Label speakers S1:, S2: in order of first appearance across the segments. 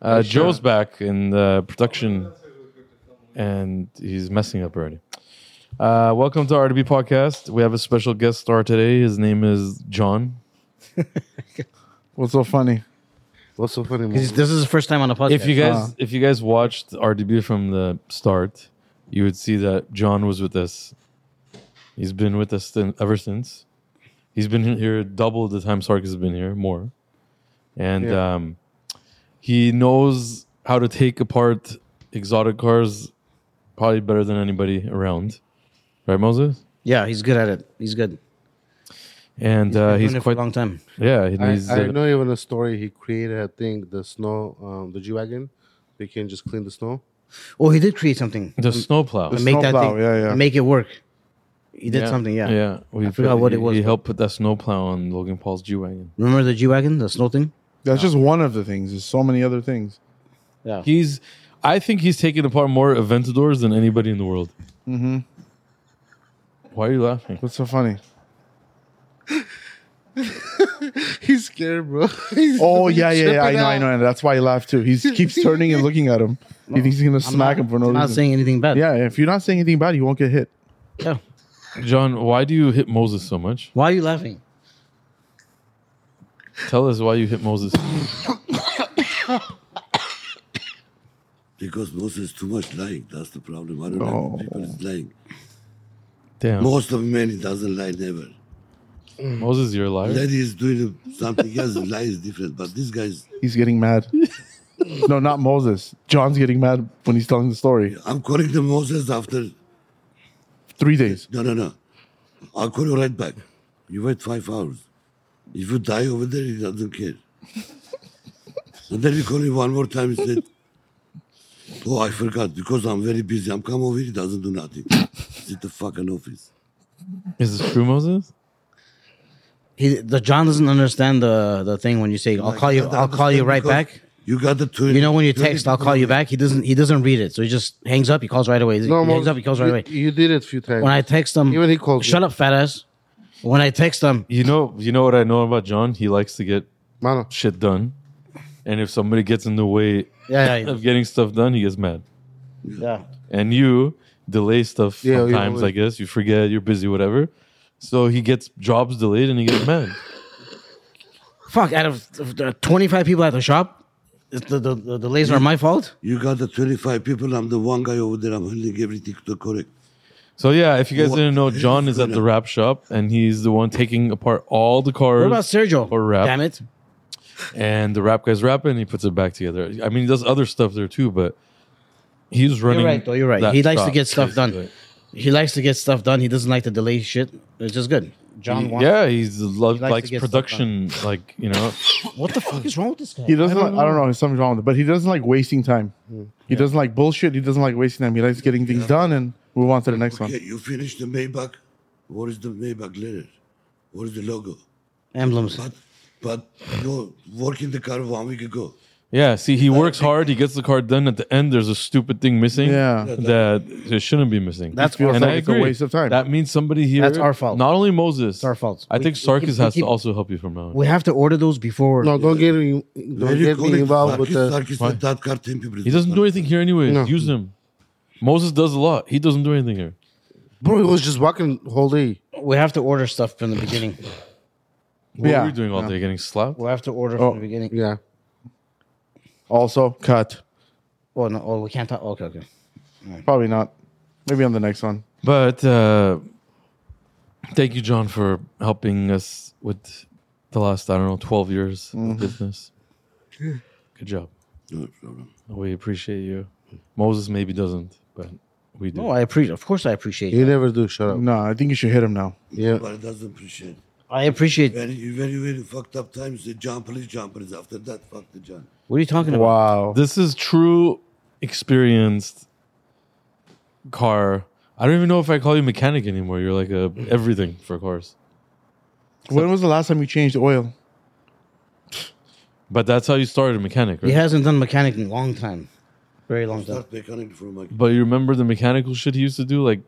S1: Uh, Joe's back in the production, and he's messing up already. Uh, welcome to RDB Podcast. We have a special guest star today. His name is John.
S2: What's so funny?
S3: What's so funny?
S4: This this is the first time on a podcast.
S1: If you guys, if you guys watched RDB from the start, you would see that John was with us. He's been with us sin- ever since. He's been here double the time Sark has been here, more, and
S2: Yeah.
S1: um, he knows how to take apart exotic cars probably better than anybody around, right, Moses?
S4: yeah, he's good at it. He's good.
S1: And
S4: Been
S1: uh,
S4: doing
S1: he's
S4: it for
S1: quite
S4: a long time.
S1: yeah. and
S3: I,
S1: he's,
S3: I
S1: uh,
S3: know even a story. He created, I think, the snow, um, the G wagon. They can just clean the snow.
S4: Oh, he did create something.
S1: the snowplow.
S4: And make that
S2: snowplow,
S4: thing,
S2: yeah, yeah.
S4: and make it work. He did something. Yeah.
S1: yeah. We I
S4: forgot what it was,
S1: He
S4: but-
S1: helped put that snowplow on Logan Paul's G wagon.
S4: Remember the G wagon, the snow thing?
S2: That's just one of the things. There's so many other things.
S4: Yeah.
S1: He's, I think he's taken apart more Aventadors than anybody in the world. Mm-hmm. Why are you laughing?
S2: What's so funny?
S3: He's scared, bro. He's
S2: Oh yeah, yeah, yeah. I
S3: tripping
S2: know, I know, I know. That's why he laughed too. He keeps turning and looking at him. He thinks he's gonna
S4: I'm
S2: smack
S4: not,
S2: him for no
S4: I'm
S2: reason.
S4: not saying anything bad.
S2: yeah, if you're not saying anything bad, you won't get hit.
S4: Yeah.
S1: John, why do you hit Moses so much?
S4: Why are you laughing?
S1: Tell us why you hit Moses.
S5: Because Moses is too much lying. That's the problem. I don't
S2: Oh.
S5: know. People is lying.
S1: Damn.
S5: Most of men, he doesn't lie never.
S1: Moses, you're a liar.
S5: That is doing something else. lie is different. But this guy's,
S2: He's getting mad. no, not Moses. John's getting mad when he's telling the story.
S5: I'm calling the Moses after.
S2: Three days.
S5: No, no, no. I'll call you right back. You wait five hours. If you die over there, he doesn't care. and then he called me one more time. He said, Oh, I forgot because I'm very busy. I'm come over here. He doesn't do nothing. He's at the fucking office.
S1: Is this true, Moses?
S4: He, the John doesn't understand the the thing when you say, "I'll call you. I'll call you right back."
S5: You got the two.
S4: You know when you text, "I'll call you back." He doesn't. He doesn't read it, so he just hangs up. He calls right away. He hangs up. He calls right
S3: you,
S4: away.
S3: You did it a few times.
S4: When I text him,
S3: Even he calls
S4: Shut
S3: you.
S4: up, fat ass. When I text him,
S1: You know, you know what I know about John? He likes to get
S3: Mano,
S1: shit done. And if somebody gets in the way
S4: yeah, yeah,
S1: of getting stuff done, he gets mad.
S4: yeah.
S1: And you delay stuff
S3: Yeah, you
S1: sometimes,
S3: always-
S1: I guess. You forget, you're busy, whatever. So he gets jobs delayed and he gets mad.
S4: Fuck, out of uh, 25 people at the shop, it's the, the, the delays are my fault?
S5: You got the 25 people. I'm the one guy over there. I'm handling everything to correct.
S1: So yeah, if you guys
S5: What
S1: didn't know,
S5: is
S1: John is at the
S5: gonna-
S1: wrap shop and he's the one taking apart all the cars.
S4: What about Sergio?
S1: Or rap.
S4: Damn it.
S1: and the rap guy's rapping, he puts it back together. I mean, he does other stuff there too, but he's running.
S4: You're right, though. You're right.
S1: that
S4: He likes to
S1: shop,
S4: get stuff done.
S1: basically.
S4: He likes to get stuff done. He doesn't like to delay shit, which is good. John wants.
S1: Yeah, he's lo-
S4: to
S1: likes
S4: get stuff
S1: production, like you know.
S4: What the fuck is wrong with this guy?
S2: He doesn't. I don't, like, I don't know. There's something wrong with it, but he doesn't like wasting time.
S4: Hmm.
S2: He doesn't like bullshit. He doesn't like wasting time. He likes getting things done and move on to the next
S5: Okay,
S2: one.
S5: you finish the Maybach. What is the Maybach letter? What is the logo?
S4: Emblems.
S5: But, but you work in the car one week ago.
S1: Yeah, see, he works hard. He gets the car done. At the end, there's a stupid thing missing.
S2: Yeah.
S1: that it shouldn't be missing.
S4: That's
S2: Feels
S4: our
S1: and
S2: like
S1: I
S2: it's a
S1: agree.
S2: waste of time.
S1: That means somebody here.
S4: That's our fault.
S1: Not only Moses. It's
S4: our fault.
S1: I
S4: We-
S1: think
S4: we keep-
S1: Sarkis
S4: we
S1: has to
S4: keep-
S1: also help you from now. on.
S4: We have to order those before.
S3: no, don't get me, don't
S5: Very
S3: get me
S5: correct.
S3: involved with
S5: Sarkis-
S3: the.
S5: Sarkis
S1: Why?
S5: said that car temporary.
S1: He doesn't do anything here anyway.
S3: No.
S1: Use him. Moses does a lot. He doesn't do anything here.
S3: Bro, he was just walking whole day.
S4: We have to order stuff from the beginning.
S1: What
S2: Yeah.
S1: are you doing all day? Getting slapped?
S4: We have to order
S2: Oh.
S4: from the beginning.
S3: Yeah.
S2: Also, cut.
S4: Oh, no. Oh, we can't talk. Okay, okay.
S2: Probably not. Maybe on the next one.
S1: But uh, thank you, John, for helping us with the last, I don't know, 12 years of business. Good job.
S5: No problem.
S1: We appreciate you. Moses maybe doesn't, but we do.
S4: No, I appreciate. Of course, I appreciate.
S3: You
S4: that.
S3: never do. Shut up.
S2: No, I think you should hit him now.
S3: Yeah.
S5: But it doesn't appreciate.
S4: I appreciate.
S5: Very, very, very fucked up times. The John, please, John, please. After that, fuck the John.
S4: What are you talking about?
S2: Wow.
S1: this is true experienced car. I don't even know if I call you mechanic anymore. You're like a everything for cars.
S2: When was the last time you changed oil?
S1: But that's how you started mechanic, right?
S4: He hasn't done mechanic in a long time. Very long time.
S5: Start mechanic from my.
S1: But you remember the mechanical shit he used to do, like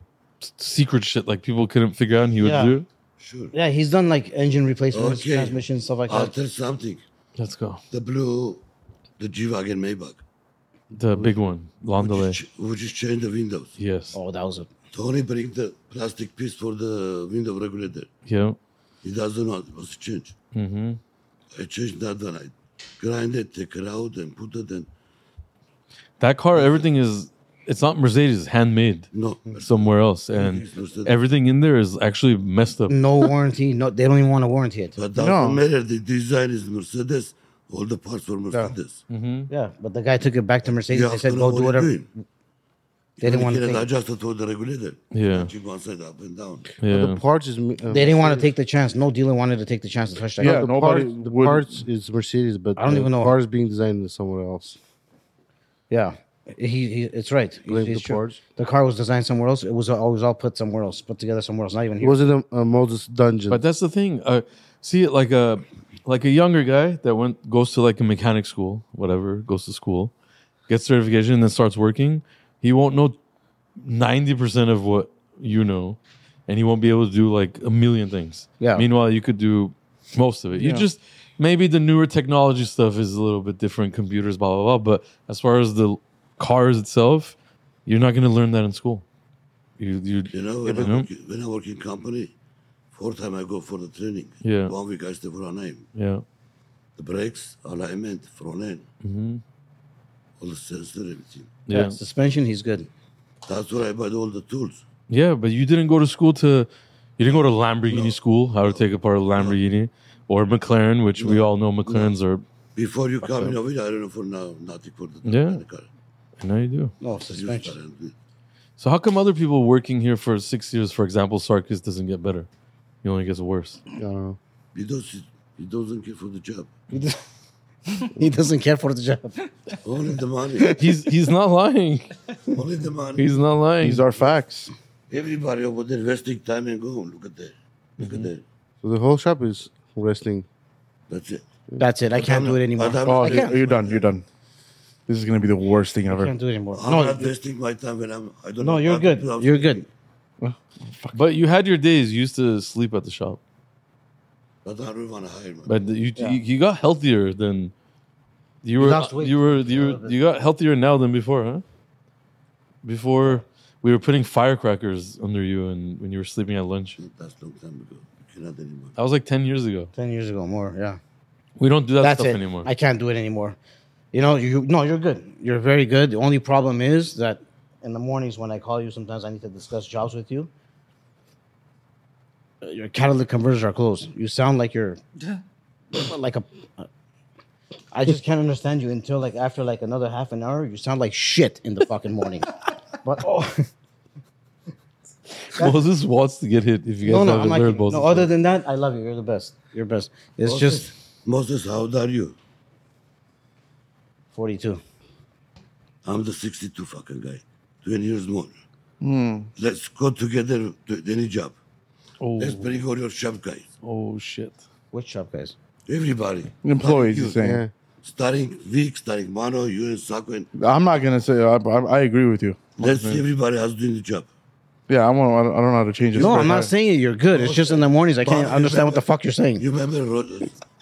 S1: s- secret shit, like people couldn't figure out, and he would
S4: Yeah.
S1: do.
S5: Sure.
S4: Yeah, he's done like engine replacements,
S5: Okay. Uh,
S4: transmission, stuff like
S5: I'll
S4: that.
S5: tell something.
S1: Let's go.
S5: The blue, the G-Wagon Maybach.
S1: The big one, Landale.
S5: Ch- We just changed the windows.
S1: Yes.
S4: Oh, that was a
S5: Tony bring the plastic piece for the window regulator.
S1: Yeah.
S5: He doesn't know. It was changed.
S1: Mhm.
S5: I changed that one. I grind it, take it out, and put it in.
S1: That car, everything is. It's not Mercedes. It's handmade
S5: No,
S1: somewhere else, and everything in there is actually messed up.
S4: no warranty. No, they don't even want to warranty it.
S5: But doesn't
S2: No.
S5: matter. The design is Mercedes. All the parts were Mercedes.
S4: Yeah, but the guy took it back to Mercedes.
S5: You
S4: They
S5: have
S4: said
S5: to know
S4: go do
S5: what you're
S4: whatever.
S5: doing.
S4: They didn't want
S5: When
S4: to.
S5: you get it
S4: Take,
S5: adjusted to the regulator.
S1: Yeah.
S5: Keep one side up and down.
S1: Yeah.
S3: The parts is um,
S4: they didn't want to take the chance. No dealer wanted to take the chance to touch that.
S2: Yeah,
S4: car.
S3: the,
S2: Nobody
S3: part, the
S2: would-
S3: parts is Mercedes, but
S4: I don't
S3: the
S4: even know.
S3: Cars being designed is somewhere else.
S4: yeah. He, he, it's right. He's-
S3: Blame
S4: he's
S3: the
S4: true.
S3: parts.
S4: The car was designed somewhere else. It was always all put somewhere else, put together somewhere else. Not even
S3: It
S4: here.
S3: wasn't a, a Moses dungeon.
S1: But that's the thing. Uh, see, like a like a younger guy that went goes to like a mechanic school, whatever, goes to school, gets certification, and then starts working. He won't know ninety percent of what you know, and he won't be able to do like a million things.
S4: Yeah.
S1: Meanwhile, you could do most of it. You
S2: Yeah.
S1: just maybe the newer technology stuff is a little bit different, computers, blah blah blah. But as far as the cars itself, you're not going to learn that in school. You you
S5: You know, when, I
S1: Mhm.
S5: work, when I work in company, four time I go for the training.
S1: Yeah.
S5: One week I stay for a name.
S1: yeah
S5: The brakes, alignment, front end,
S4: Mhm.
S5: all the sensor, everything.
S1: yeah.
S4: Suspension, he's good.
S5: That's where I buy all the tools.
S1: Yeah, but you didn't go to school to, you didn't go to Lamborghini school, how to take apart a Lamborghini, or McLaren, which we all know McLarens are.
S5: Before you come in over here, I don't know for now, nothing for the
S1: Yeah.
S5: the car.
S1: I know you do.
S4: No
S5: Use
S4: suspension.
S5: car and-
S1: So how come other people working here for six years, for example, Sarkis doesn't get better? He only gets worse.
S3: I don't know.
S5: He doesn't, he doesn't care for the job.
S4: He doesn't care for the job.
S5: Only the money.
S1: He's he's not lying.
S5: Only the money.
S1: He's not lying.
S2: These are facts.
S5: Everybody over there wasting time and going. Look at that. Look
S4: Mhm.
S5: at that.
S3: So the whole shop is resting.
S5: That's it.
S4: That's it. I can't do it anymore.
S5: But I'm-
S2: Oh,
S5: I
S2: you're,
S5: can't.
S2: you're done. You're done. This is gonna be the worst thing
S4: I
S2: ever.
S4: can't do it anymore.
S5: I'm
S4: No,
S5: not wasting my time when I'm. I don't
S4: no,
S5: know
S4: you're
S5: how to
S4: good.
S5: do
S4: You're good.
S1: but you had your days. You used to sleep at the shop,
S5: But I don't want to hire my.
S1: but you you, you got healthier than. You were,
S4: lost weight
S1: you were you were you got healthier now than before, huh? Before we were putting firecrackers under you, and when you were sleeping at lunch.
S5: That's long time ago. You cannot anymore.
S1: That was like 10 years ago.
S4: Ten years ago, more. Yeah.
S1: We don't do that
S4: That's
S1: stuff
S4: it.
S1: anymore.
S4: I can't do it anymore. You know, you no, you're good. You're very good. The only problem is that in the mornings when I call you, sometimes I need to discuss jobs with you. Uh, Your catalytic converters are closed. You sound like you're like a. I just can't understand you until like after like another half an hour. You sound like shit in the fucking morning. But oh
S1: Moses wants to get hit if you
S4: no,
S1: guys
S4: no,
S1: haven't
S4: I'm like
S1: learned Moses.
S4: no. Other than that, I love you. You're the best. You're best. It's just
S5: Moses, how old are you?
S4: forty-two.
S5: I'm the 62 fucking guy. 20 years more. Let's go together to any job. Let's
S1: oh,
S5: bring all your shop guys.
S1: oh, shit.
S4: Which shop, guys?
S5: Everybody.
S2: Employees,
S5: Like
S2: you're
S5: you.
S2: saying.
S3: Yeah.
S5: Starting Vic, starting Mano, you and Sako. And
S2: I'm not gonna say. I, I, I agree with you.
S5: let's see everybody else doing the job.
S2: Yeah, I'm. I don't I don't know how to change it.
S4: No, I'm not saying you're good. It's just in the mornings I can't understand what the fuck you're saying.
S5: You remember Ro-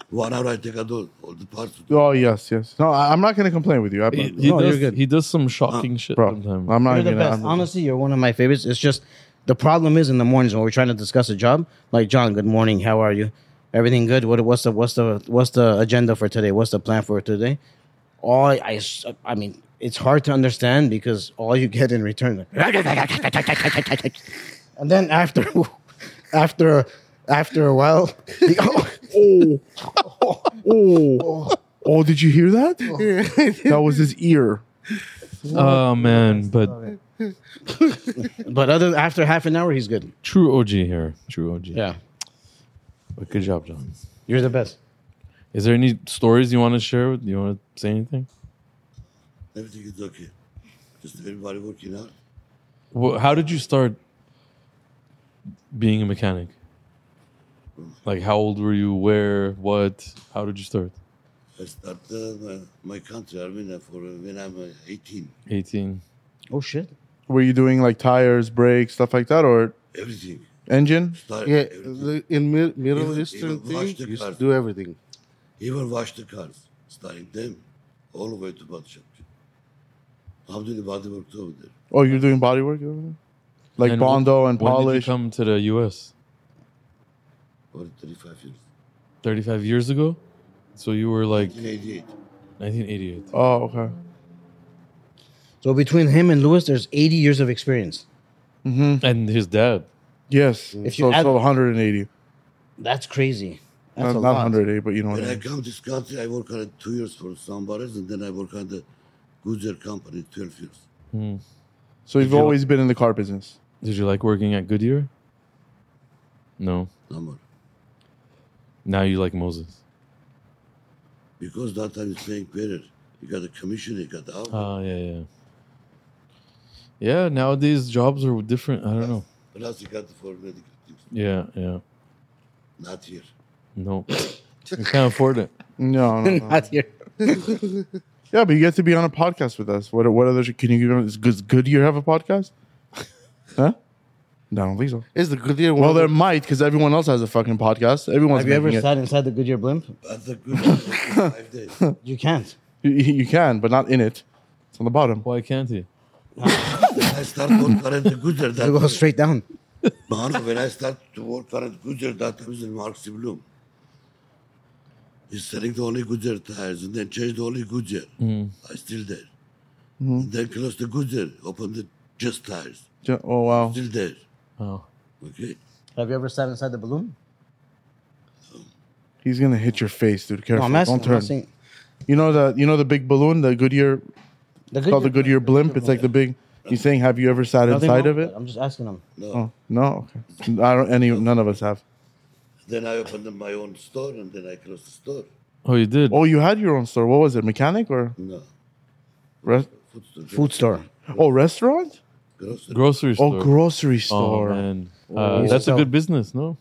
S5: one hour I take out all, all the parts.
S2: Oh yes, yes. No, I, I'm not gonna complain with you. I,
S1: He, he
S4: No,
S1: does,
S4: you're good.
S1: he does some shocking shit
S2: bro,
S1: sometimes.
S2: I'm not
S4: You're the
S2: gonna.
S4: best.
S2: I'm-
S4: Honestly, you're one of my favorites. It's just the problem is in the mornings when we're trying to discuss a job. Like John, good morning. How are you? Everything good? What what's the what's the what's the agenda for today? What's the plan for today? All I I s- I mean, it's hard to understand because all you get in return. and then after after after a while, the,
S2: oh, did you hear that? that was his ear.
S1: oh, man. But
S4: but other after half an hour, he's good.
S1: true OG here. True OG.
S4: Yeah,
S1: But good job, John.
S4: you're the best.
S1: Is there any stories you want to share? With, you want to say anything?
S5: Everything is okay. Just everybody working out.
S1: Wh- how did you start being a mechanic? Like, how old were you? Where? What? How did you start?
S5: I start uh, my, my country, Armenia, for uh, when I'm uh, 18.
S1: 18.
S4: Oh shit.
S2: Were you doing like tires, brakes, stuff like that, or
S5: Everything.
S2: engine?
S5: Start
S3: Yeah,
S5: everything.
S3: the, in Mi- Middle
S5: Even-
S3: Eastern
S5: even wash
S3: thing,
S5: the
S3: you used to
S5: cars.
S3: do everything.
S5: Even wash the cars, starting them. all the way to Bad Shop. I'm doing the body work over there.
S2: Oh, you're doing body work over there? Like
S1: And
S2: Bondo and
S1: When did you
S2: polish.
S1: come to the U.S.?
S5: for 35 years.
S1: 35 years ago? So you were like
S5: 1988.
S1: 1988.
S2: Oh, okay.
S4: So between him and Lewis, there's 80 years of experience.
S1: And his dad.
S2: Mm-hmm. Yes.
S4: Mm. If you
S2: so,
S4: add-
S2: so 180.
S4: That's crazy. That's
S2: Not,
S4: a
S2: not
S4: lot.
S2: 180, but you know what
S5: When
S2: I
S5: I
S2: mean.
S5: come to this country, I work on it two years for somebody, and then I work on the Goodyear company 12 years.
S2: So you've
S1: you-
S2: always been in the car business.
S1: Did you like working at Goodyear? No.
S5: No more.
S1: Now you like Moses.
S5: Because that time it's paying better. You got the commission, you got the hour.
S1: Ah, yeah, yeah. Yeah, nowadays jobs are different. I don't know.
S5: Plus you got the four medical things.
S1: Yeah, yeah.
S5: Not here.
S1: No. you can't afford it.
S2: No, no, no.
S4: Not here.
S2: yeah, but you get to be on a podcast with us. What what other can you give? Is Good- Goodyear have a podcast? huh? No, I don't think so.
S3: Is the good year?
S2: Well, there might because everyone else has a fucking podcast. Everyone's
S4: Have you ever
S2: making it.
S4: sat inside the Goodyear blimp?
S5: But the good five days.
S4: You can't.
S2: You, you can, but not in it. It's on the bottom.
S1: Why can't he?
S5: I start work on the Goodyear that
S4: You go
S5: time.
S4: straight down.
S5: Man, when I start to work on it, Goodyear that time is in Marks Bloom. He's selling the only Goodyear tires and then change the only Goodyear. I still there.
S2: Hmm.
S5: Then close the Goodyear, open the just tires.
S2: Ju- Oh wow!
S5: Still there.
S1: Oh.
S5: Okay.
S4: Have you ever sat inside the balloon?
S2: He's gonna hit your face, dude.
S4: No,
S2: Careful!
S4: I'm asking.
S2: Don't turn.
S4: I'm asking
S2: you know the you know the big balloon, the Goodyear
S4: the Goodyear,
S2: called the Goodyear blimp. It's like the big. He's saying, "Have you ever sat
S4: Nothing
S2: inside
S4: wrong
S2: of
S4: with
S2: it?"
S4: that. I'm just asking him.
S5: No.
S2: Oh no, okay. I don't. Any none of us have.
S5: Then I opened up my own store and then I closed the store.
S1: Oh, you did?
S2: Oh, you had your own store. What was it? Mechanic or
S5: No.
S2: rest?
S5: Food store.
S4: Food store.
S2: Oh, restaurant.
S5: Grocery.
S1: Grocery store.
S2: Oh, grocery
S1: Oh,
S2: store.
S1: man. Uh,
S4: you
S1: that's a
S4: sell-
S1: good business, no?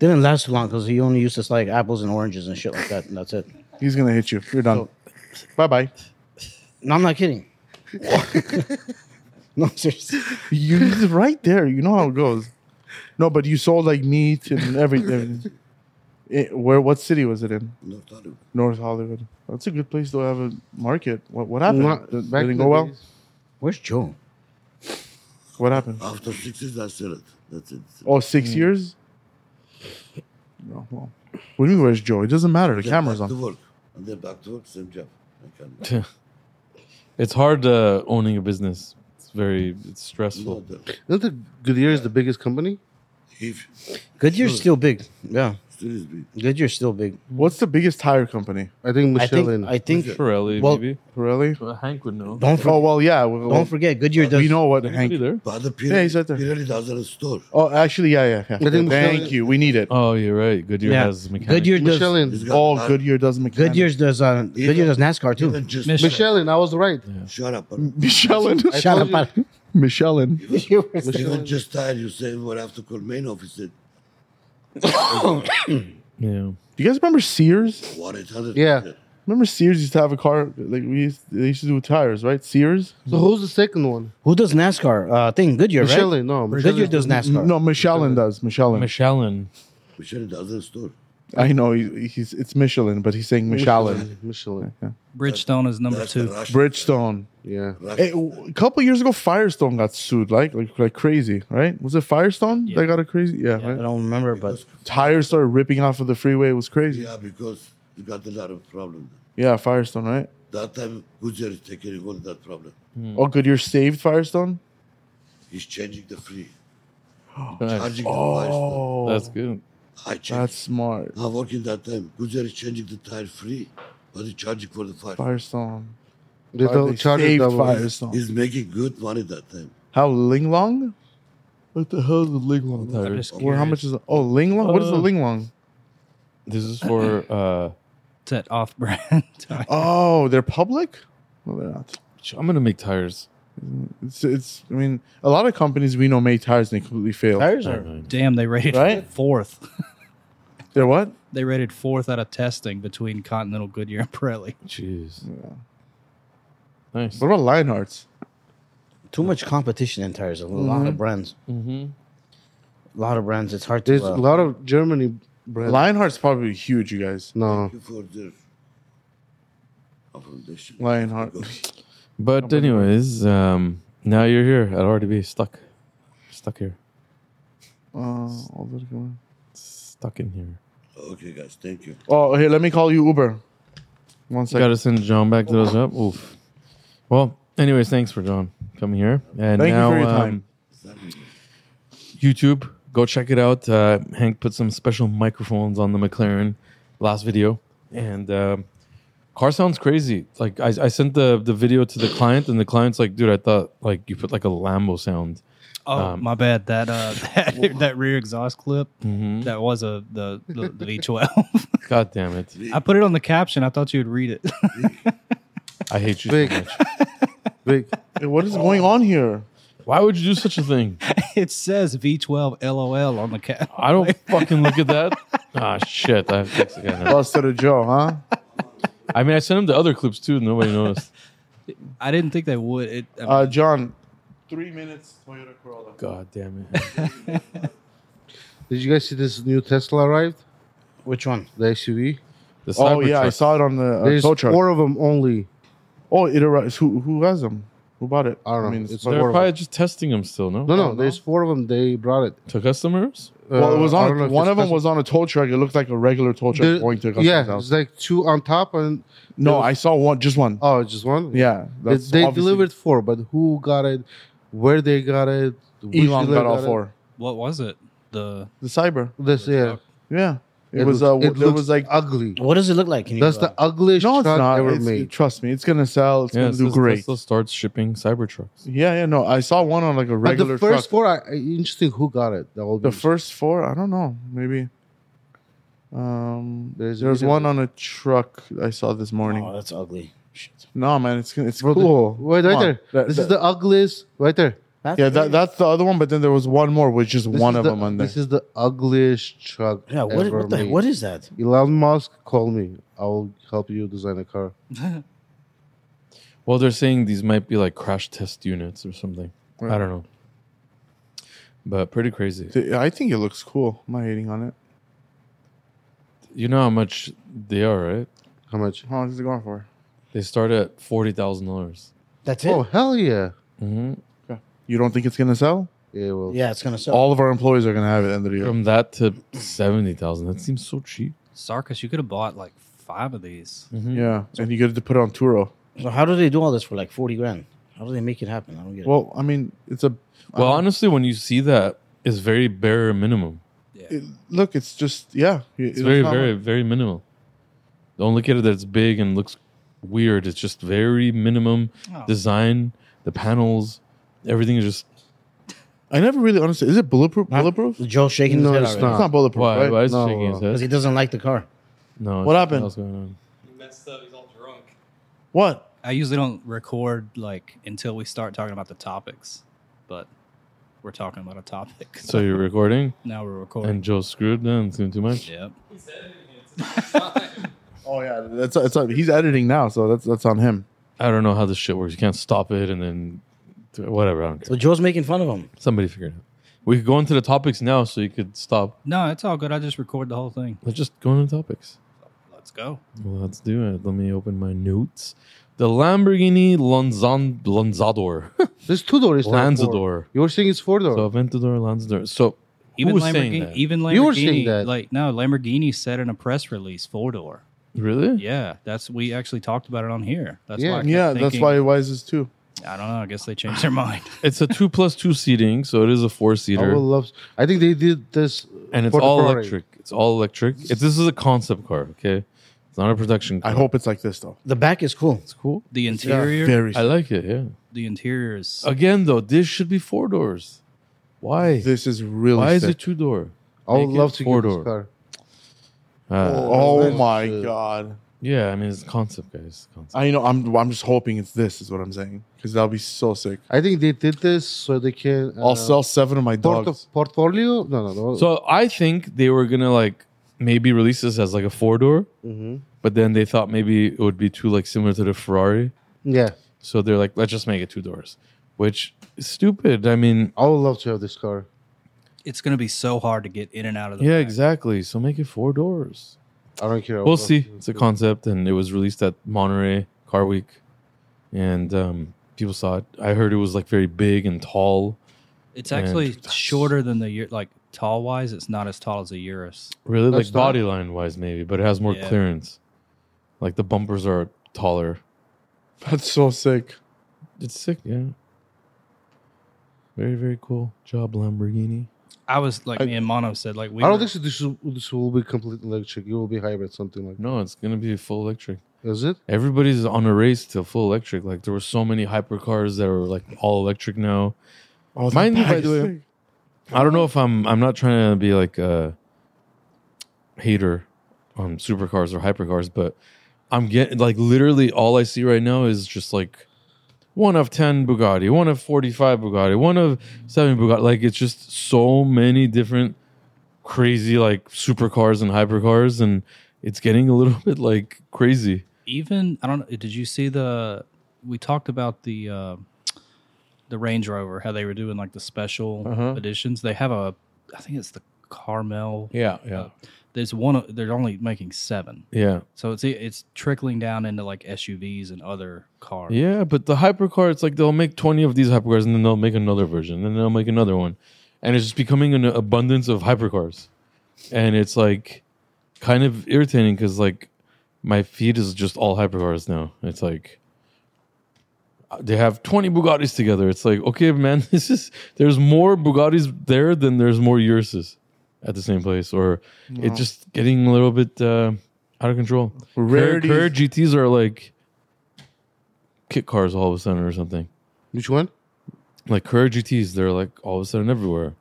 S4: Didn't last too long because he only used to sell like apples and oranges and shit like that, and that's it.
S2: He's gonna hit you. You're done. bye bye.
S4: No, I'm not kidding. no, seriously.
S2: You he's right there. You know how it goes. No, but you sold like meat and everything. It- where? What city was it in?
S5: North Hollywood.
S2: North Hollywood. That's a good place to have a market. What what happened?
S3: Not-
S2: Did,
S3: back
S2: didn't
S3: in
S2: go
S3: the
S2: well.
S3: days-
S4: Where's Joe?
S2: What happened?
S5: After six years, I sell it. That's it.
S2: Oh, six
S3: Hmm.
S2: years. No, well, what do you mean? Where's Joe? It doesn't matter. The
S5: Then
S2: camera's
S5: back
S2: on.
S5: To work. And then back to work, same job. I can't.
S1: It's hard uh, owning a business. It's very it's
S5: No,
S2: Oh.
S1: stressful.
S5: the-
S3: Isn't the Goodyear is the biggest company?
S5: if
S4: Goodyear's still big. Yeah,
S5: still is big.
S4: Goodyear's still big.
S2: What's the biggest tire company?
S3: I think
S4: I think.
S3: Michelin.
S4: I think.
S1: Pirelli,
S4: Well-
S1: maybe.
S2: Really?
S1: Well, Hank would know.
S4: Don't for,
S2: Oh well, yeah. we-
S4: don't forget Goodyear does.
S2: we know what
S1: Hank.
S2: Hank.
S1: There.
S5: But the
S2: Yeah,
S5: period,
S2: he's right there.
S5: period doesn't store.
S2: Oh, actually, yeah, yeah. yeah.
S3: think
S2: Thank
S3: Michelin-
S2: you. We need it.
S1: Oh, you're right. Goodyear
S4: Yeah,
S1: has mechanic.
S4: Goodyear does.
S3: Michelin.
S5: He's got
S2: Oh,
S5: that-
S2: Goodyear does mechanic.
S4: Goodyear's does. Uh, Goodyear does NASCAR too.
S5: Even just
S3: Michelin. I was right.
S5: Shut up.
S2: Mm. Michelin.
S4: Shut up, man.
S2: Michelin.
S4: You were saying-
S5: Even just tired, you say, well, I have to call main office at
S1: Yeah.
S2: Do you guys remember Sears?
S5: 1 800.
S3: Yeah.
S2: Remember Sears used to have a car like we used, they used to do with tires, right? Sears.
S3: So who's the second one?
S4: Who does NASCAR? Uh, thing Goodyear,
S3: Michelin. No,
S4: right? Goodyear
S3: Michelin.
S4: does NASCAR.
S2: No, Michelin does. Michelin.
S1: Michelin.
S5: Michelin doesn't store.
S2: I know he, he's it's Michelin, but he's saying Michelin.
S3: Michelin.
S6: Bridgestone is number
S5: That's the
S6: two.
S5: Russian.
S2: Bridgestone.
S3: Yeah.
S2: Hey, w- a couple years ago, Firestone got sued like like, like crazy, right? Was it Firestone that got a crazy? Yeah,
S4: I
S2: right?
S4: don't remember, but
S2: Tires started ripping off of the freeway. It was crazy. Yeah,
S5: Yeah, because you got a lot of problem.
S2: Firestone, right?
S5: That time, Goodyear is taking all that problem.
S1: Hmm.
S2: Oh, Goodyear saved Firestone.
S5: He's changing the free,
S1: Nice.
S5: charging the price.
S2: Oh,
S1: That's good.
S5: I check.
S2: that's smart.
S5: I'm working that time. Goodyear is changing the tire free, but he's charging for the fire.
S2: Firestone.
S3: They
S2: Oh,
S3: don't
S2: they
S3: charge
S2: saved
S3: double.
S2: Firestone.
S5: He's making good money that time.
S2: How Linglong? What the hell is a Linglong
S1: That
S2: tire?
S1: is
S2: Or how
S6: curious.
S2: much is a, oh Linglong? what is a
S1: Uh,
S2: Linglong?
S1: This is for uh
S6: That off brand.
S2: Oh, they're public. No, they're not.
S1: I'm gonna make tires.
S2: It's, it's. I mean, a lot of companies we know make tires and they completely fail.
S4: tires are.
S6: Damn, they rated
S2: Right?
S6: fourth.
S2: They're what?
S6: They rated fourth out of testing between Continental Goodyear and Pirelli.
S1: Jeez. Nice.
S2: What about Lionhearts?
S4: Too much competition in tires. A lot of brands.
S1: Mm-hmm.
S4: A lot of brands. It's hard to.
S3: There's
S4: uh,
S3: a lot of Germany brands.
S2: Lionheart's probably huge, you guys.
S3: No.
S5: Thank you for the a foundation.
S2: Lionheart.
S1: But anyways, um, now you're here at RDB, stuck, stuck here,
S2: Uh, all that come on.
S1: stuck in here.
S5: Okay, guys, thank you.
S2: oh, hey, let me call you Uber. One second.
S1: Got to send John back to those up. Oof. Well, anyways, thanks for John coming here. And
S2: Thank
S1: now,
S2: you for your
S1: um,
S2: time.
S1: YouTube, go check it out. Uh, Hank put some special microphones on the McLaren last video, and um, car sounds crazy. Like I, I sent the the video to the client, and the client's like, "Dude, I thought like you put like a Lambo sound."
S6: Oh,
S1: Um,
S6: my bad. That uh, that, that rear exhaust clip
S1: Mm-hmm.
S6: that was a the the, the V12.
S1: God damn it!
S6: I put it on the caption. I thought you would read it.
S1: I hate you
S3: Vic.
S1: so much.
S3: Vic,
S2: Hey, what is going on here?
S1: Why would you do such a thing?
S6: it says V12 LOL on the cap.
S1: I don't fucking look at that. Ah, shit! I have to fix it again.
S2: Buster Joe, huh?
S1: I mean, I sent him the other clips too. Nobody noticed.
S6: I didn't think they would. It, um, I mean,
S2: Uh, John. Three minutes, Toyota Corolla.
S1: God damn it!
S3: did you guys see this new Tesla arrived?
S4: Which one?
S3: The SUV.
S1: The
S2: Oh, yeah, I
S1: Cybertruck.
S2: saw it on the uh,
S3: There's
S2: tow truck.
S3: four of them only.
S2: oh, it arrives. Who, who has them? Who bought it?
S3: I don't know. It's
S1: They're
S3: horrible.
S1: probably just testing him still. No,
S3: No,
S2: I
S3: no,
S2: don't know.
S3: there's four of them. They brought it.
S1: to customers.
S2: well, it was
S3: Uh, I don't
S2: on
S3: know
S2: a,
S3: if
S2: one
S3: it's
S2: of them
S3: custom-
S2: was on a tow truck. It looked like a regular tow truck
S3: There-
S2: going to a customer's
S3: yeah,
S2: house.
S3: it's like two on top and
S2: No, I saw one, just one.
S3: oh, it's just one.
S2: yeah,
S3: they,
S2: that's
S3: they
S2: obviously-
S3: delivered four, but who got it? Where they got it? which
S2: Elon
S3: dealer
S2: got all
S3: it?
S2: four.
S6: what was it? The
S2: The cyber.
S3: This yeah,
S2: Yeah, it, was. uh, it
S3: looks
S2: was like
S3: ugly.
S4: What does it look like? Can you,
S3: That's the ugliest
S2: no, it's
S3: truck
S2: not.
S3: ever
S2: It's-
S3: made.
S2: trust me, it's gonna sell. It's
S1: Yeah,
S2: gonna do great.
S1: Tesla starts shipping Cybertrucks.
S2: Yeah, yeah, no, I saw one on like a
S3: but
S2: regular
S3: the first
S2: truck.
S3: four, I, I- interesting. Who got it? That will be
S2: the first four, I don't know, maybe. Um,
S3: There's
S2: there's,
S3: a video
S2: one
S3: of
S2: on a truck I saw this morning.
S4: Oh, that's ugly. Shit.
S2: no, man, it's it's
S3: Bro, the-
S2: cool.
S3: Wait, right
S2: Come on.
S3: there.
S2: That-
S3: this is
S2: that-
S3: the ugliest. Right there.
S4: That's
S2: yeah, that, that's the other one. But then there was one more, which is
S3: This
S2: one
S3: is
S2: of
S3: the,
S2: them on there.
S3: This is the ugliest truck.
S4: yeah. What,
S3: ever
S4: what, the,
S3: made.
S4: what is that?
S3: Elon Musk, call me. I will help you design a car.
S1: Well, they're saying these might be like crash test units or something. I don't know, but pretty crazy.
S2: Th- I think it looks cool. Am I hating on it?
S1: You know how much they are, right?
S3: How much?
S2: How long is it going for?
S1: They start at forty thousand dollars.
S4: That's
S3: Oh hell yeah!
S2: You don't think it's gonna sell?
S3: Yeah, well,
S4: Yeah, it's gonna sell.
S2: All of our employees are gonna have it at the end of the year.
S1: From that to seventy thousand, that seems so cheap.
S6: Sarkis, you could have bought like five of these.
S2: Yeah, and you get to put it on Turo.
S4: so how do they do all this for like forty grand? How do they make it happen? I don't get it.
S2: Well, I mean, it's a uh,
S1: Well, honestly, when you see that, it's very bare minimum.
S2: it- look. It's just yeah. it-
S1: It's very,
S2: not-
S1: very, very minimal. Don't look at it that it's big and looks weird. It's just very minimum
S6: Oh.
S1: design. The panels, everything is just
S2: I never really understood. Is it bulletproof? Bulletproof? It's
S4: Joe's shaking his
S3: No,
S4: head
S3: it's
S4: already
S3: not.
S2: not bulletproof,
S1: why.
S2: right?
S1: why is it
S3: No,
S1: shaking his
S4: because
S1: head?
S4: he doesn't like the car.
S1: No.
S2: What happened?
S1: What's going on?
S6: messed up. He's all drunk.
S2: What?
S6: I usually don't record like until we start talking about the topics, but we're talking about a topic.
S1: So you're recording,
S6: now we're recording.
S1: and Joe screwed then. It's doing too much.
S6: yep.
S2: Oh yeah, that's that's on, he's editing now, so that's that's on him.
S1: I don't know how this shit works. You can't stop it and then whatever. I don't
S4: So
S1: care.
S4: Joe's making fun of him.
S1: Somebody figure it out. We could go into the topics now, so you could stop.
S6: No, it's all good. I just record the whole thing.
S1: Let's just go into topics.
S6: Let's go.
S1: Well, let's do it. Let me open my notes. The Lamborghini Lanzan, Lanzador,
S3: this two door is not four.
S1: Lanzador.
S3: You were saying it's four door.
S1: So Aventador, Lanzador. So
S6: Even
S1: who was saying
S6: Lamborghini,
S1: that?
S6: even Lamborghini,
S3: You were saying that.
S6: like no, Lamborghini said in a press release four door.
S1: really?
S6: Yeah, that's we actually talked about it on here. That's why. I
S3: Yeah.
S6: kept
S2: Yeah, that's
S6: thinking-
S2: why why is this too?
S6: I don't know. I guess they changed their mind.
S1: It's a two plus two seating, so it is a four
S3: I
S1: seater,
S3: will love. I think they did this,
S1: and it's
S3: for the
S1: all
S3: Ferrari.
S1: electric. It's all electric. It's, this is a concept car, okay? It's not a production. car.
S2: I hope it's like this though.
S4: The back is cool.
S1: it's cool.
S6: The interior,
S2: Very.
S1: I like it. Yeah.
S6: the interior is
S1: Again, though, this should be four doors. Why?
S2: this is really.
S1: Why is
S2: sick.
S1: it two door?
S3: I would
S1: Make it
S3: love to get
S1: four-door.
S3: this car.
S1: Uh,
S2: Oh
S3: Oh,
S2: my
S3: shit.
S2: god!
S1: Yeah, I mean it's a concept, guys. It's a concept.
S2: I know. I'm I'm just hoping it's this. Is what I'm saying because that'll be so sick.
S3: I think they did this so they can. Uh,
S2: I'll sell seven of my dogs.
S3: porto- portfolio. No, no, no.
S1: So I think they were gonna like maybe release this as like a four door,
S3: Mm-hmm.
S1: but then they thought maybe it would be too like similar to the Ferrari,
S3: yeah,
S1: so they're like, let's just make it two doors, which is stupid. I mean,
S3: I would love to have this car.
S6: it's going to be so hard to get in and out of the
S1: yeah,
S6: back.
S1: exactly. So make it four doors.
S3: I don't care. I would
S1: We'll
S3: love
S1: see.
S3: to.
S1: It's a concept, and it was released at Monterey Car Week, and um, people saw it. I heard it was like very big and tall.
S6: It's
S1: And-
S6: actually shorter than the year, like tall wise. It's not as tall as a Urus.
S1: Really,
S3: That's
S1: like
S3: not-
S1: body line wise, maybe, but it has more
S6: Yeah.
S1: clearance. Like the bumpers are taller.
S2: That's so sick.
S1: It's sick, yeah. Very very cool job, Lamborghini.
S6: I was like
S3: I-
S6: me and Mono said like we.
S3: I
S6: were-
S3: don't think so. This, is, this will be complete electric. It will be hybrid, something like.
S1: No, it's gonna be full electric.
S3: Is it?
S1: Everybody's on a race to full electric. Like there were so many hypercars that are like all electric now.
S2: Oh, that
S1: Mind you,
S2: bag
S1: by
S2: is
S1: the way-
S2: sick.
S1: I don't know if I'm I'm not trying to be like a hater on supercars or hypercars, but I'm getting like literally all I see right now is just like one of ten Bugatti, one of forty five Bugatti, one of seven Bugatti. Like it's just so many different crazy like supercars and hypercars, and it's getting a little bit like crazy.
S6: even I don't know. Did you see the? We talked about the uh, the Range Rover, how they were doing like the special
S1: Uh-huh.
S6: editions. They have a, I think it's the Carmel.
S1: Yeah, yeah,
S6: There's one. They're only making seven,
S1: yeah,
S6: so it's it's trickling down into like SUVs and other cars.
S1: yeah. But the hypercar, it's like they'll make twenty of these hypercars, and then they'll make another version, and then they'll make another one, and it's just becoming an abundance of hypercars, and it's like kind of irritating because like my feed is just all hypercars now. It's like they have 20 Bugattis together. It's like, okay, man, this is there's more Bugattis there than there's more Uruses at the same place, or it's just getting a little bit uh, out of control. Rare,
S2: Rarities.
S1: rare GTs are like kit cars all of a sudden or something.
S3: Which one?
S1: Like Courier GTs, they're like all of a sudden everywhere.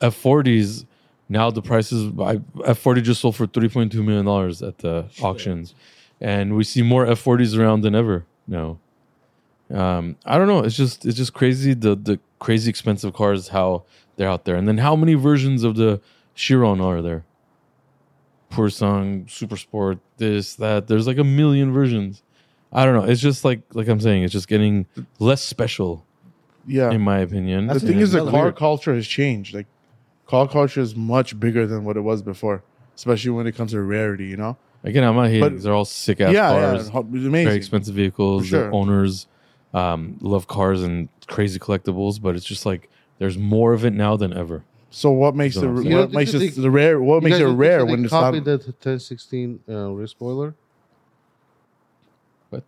S1: F40s now the prices I, F40 just sold for 3.2 million dollars at the auctions, and we see more F40s around than ever now. Um, I don't know. It's just it's just crazy the the crazy expensive cars how they're out there, and then how many versions of the Chiron are there? Poor song, super sport, this that. There's like a million versions. I don't know. It's just like like I'm saying. It's just getting less special
S2: Yeah.
S1: in my opinion.
S2: the thing
S1: And
S2: is, the
S1: it's
S2: car
S1: weird.
S2: culture has changed. Like, car culture is much bigger than what it was before, especially when it comes to rarity. You know?
S1: again, I'm not hating.
S2: but-
S1: These are all sick ass
S2: yeah, yeah,
S1: cars,
S2: it's ho- it's
S1: very
S2: amazing.
S1: expensive vehicles.
S2: For
S1: The
S2: sure.
S1: owners um, love cars and crazy collectibles, but it's just like there's more of it now than ever.
S2: So what makes the
S1: You
S2: what
S1: don't
S3: think
S2: makes
S3: that
S2: it
S3: they-
S2: the rare? What makes it rare when it's not?
S3: copied that 1016 uh, rear spoiler?
S1: What?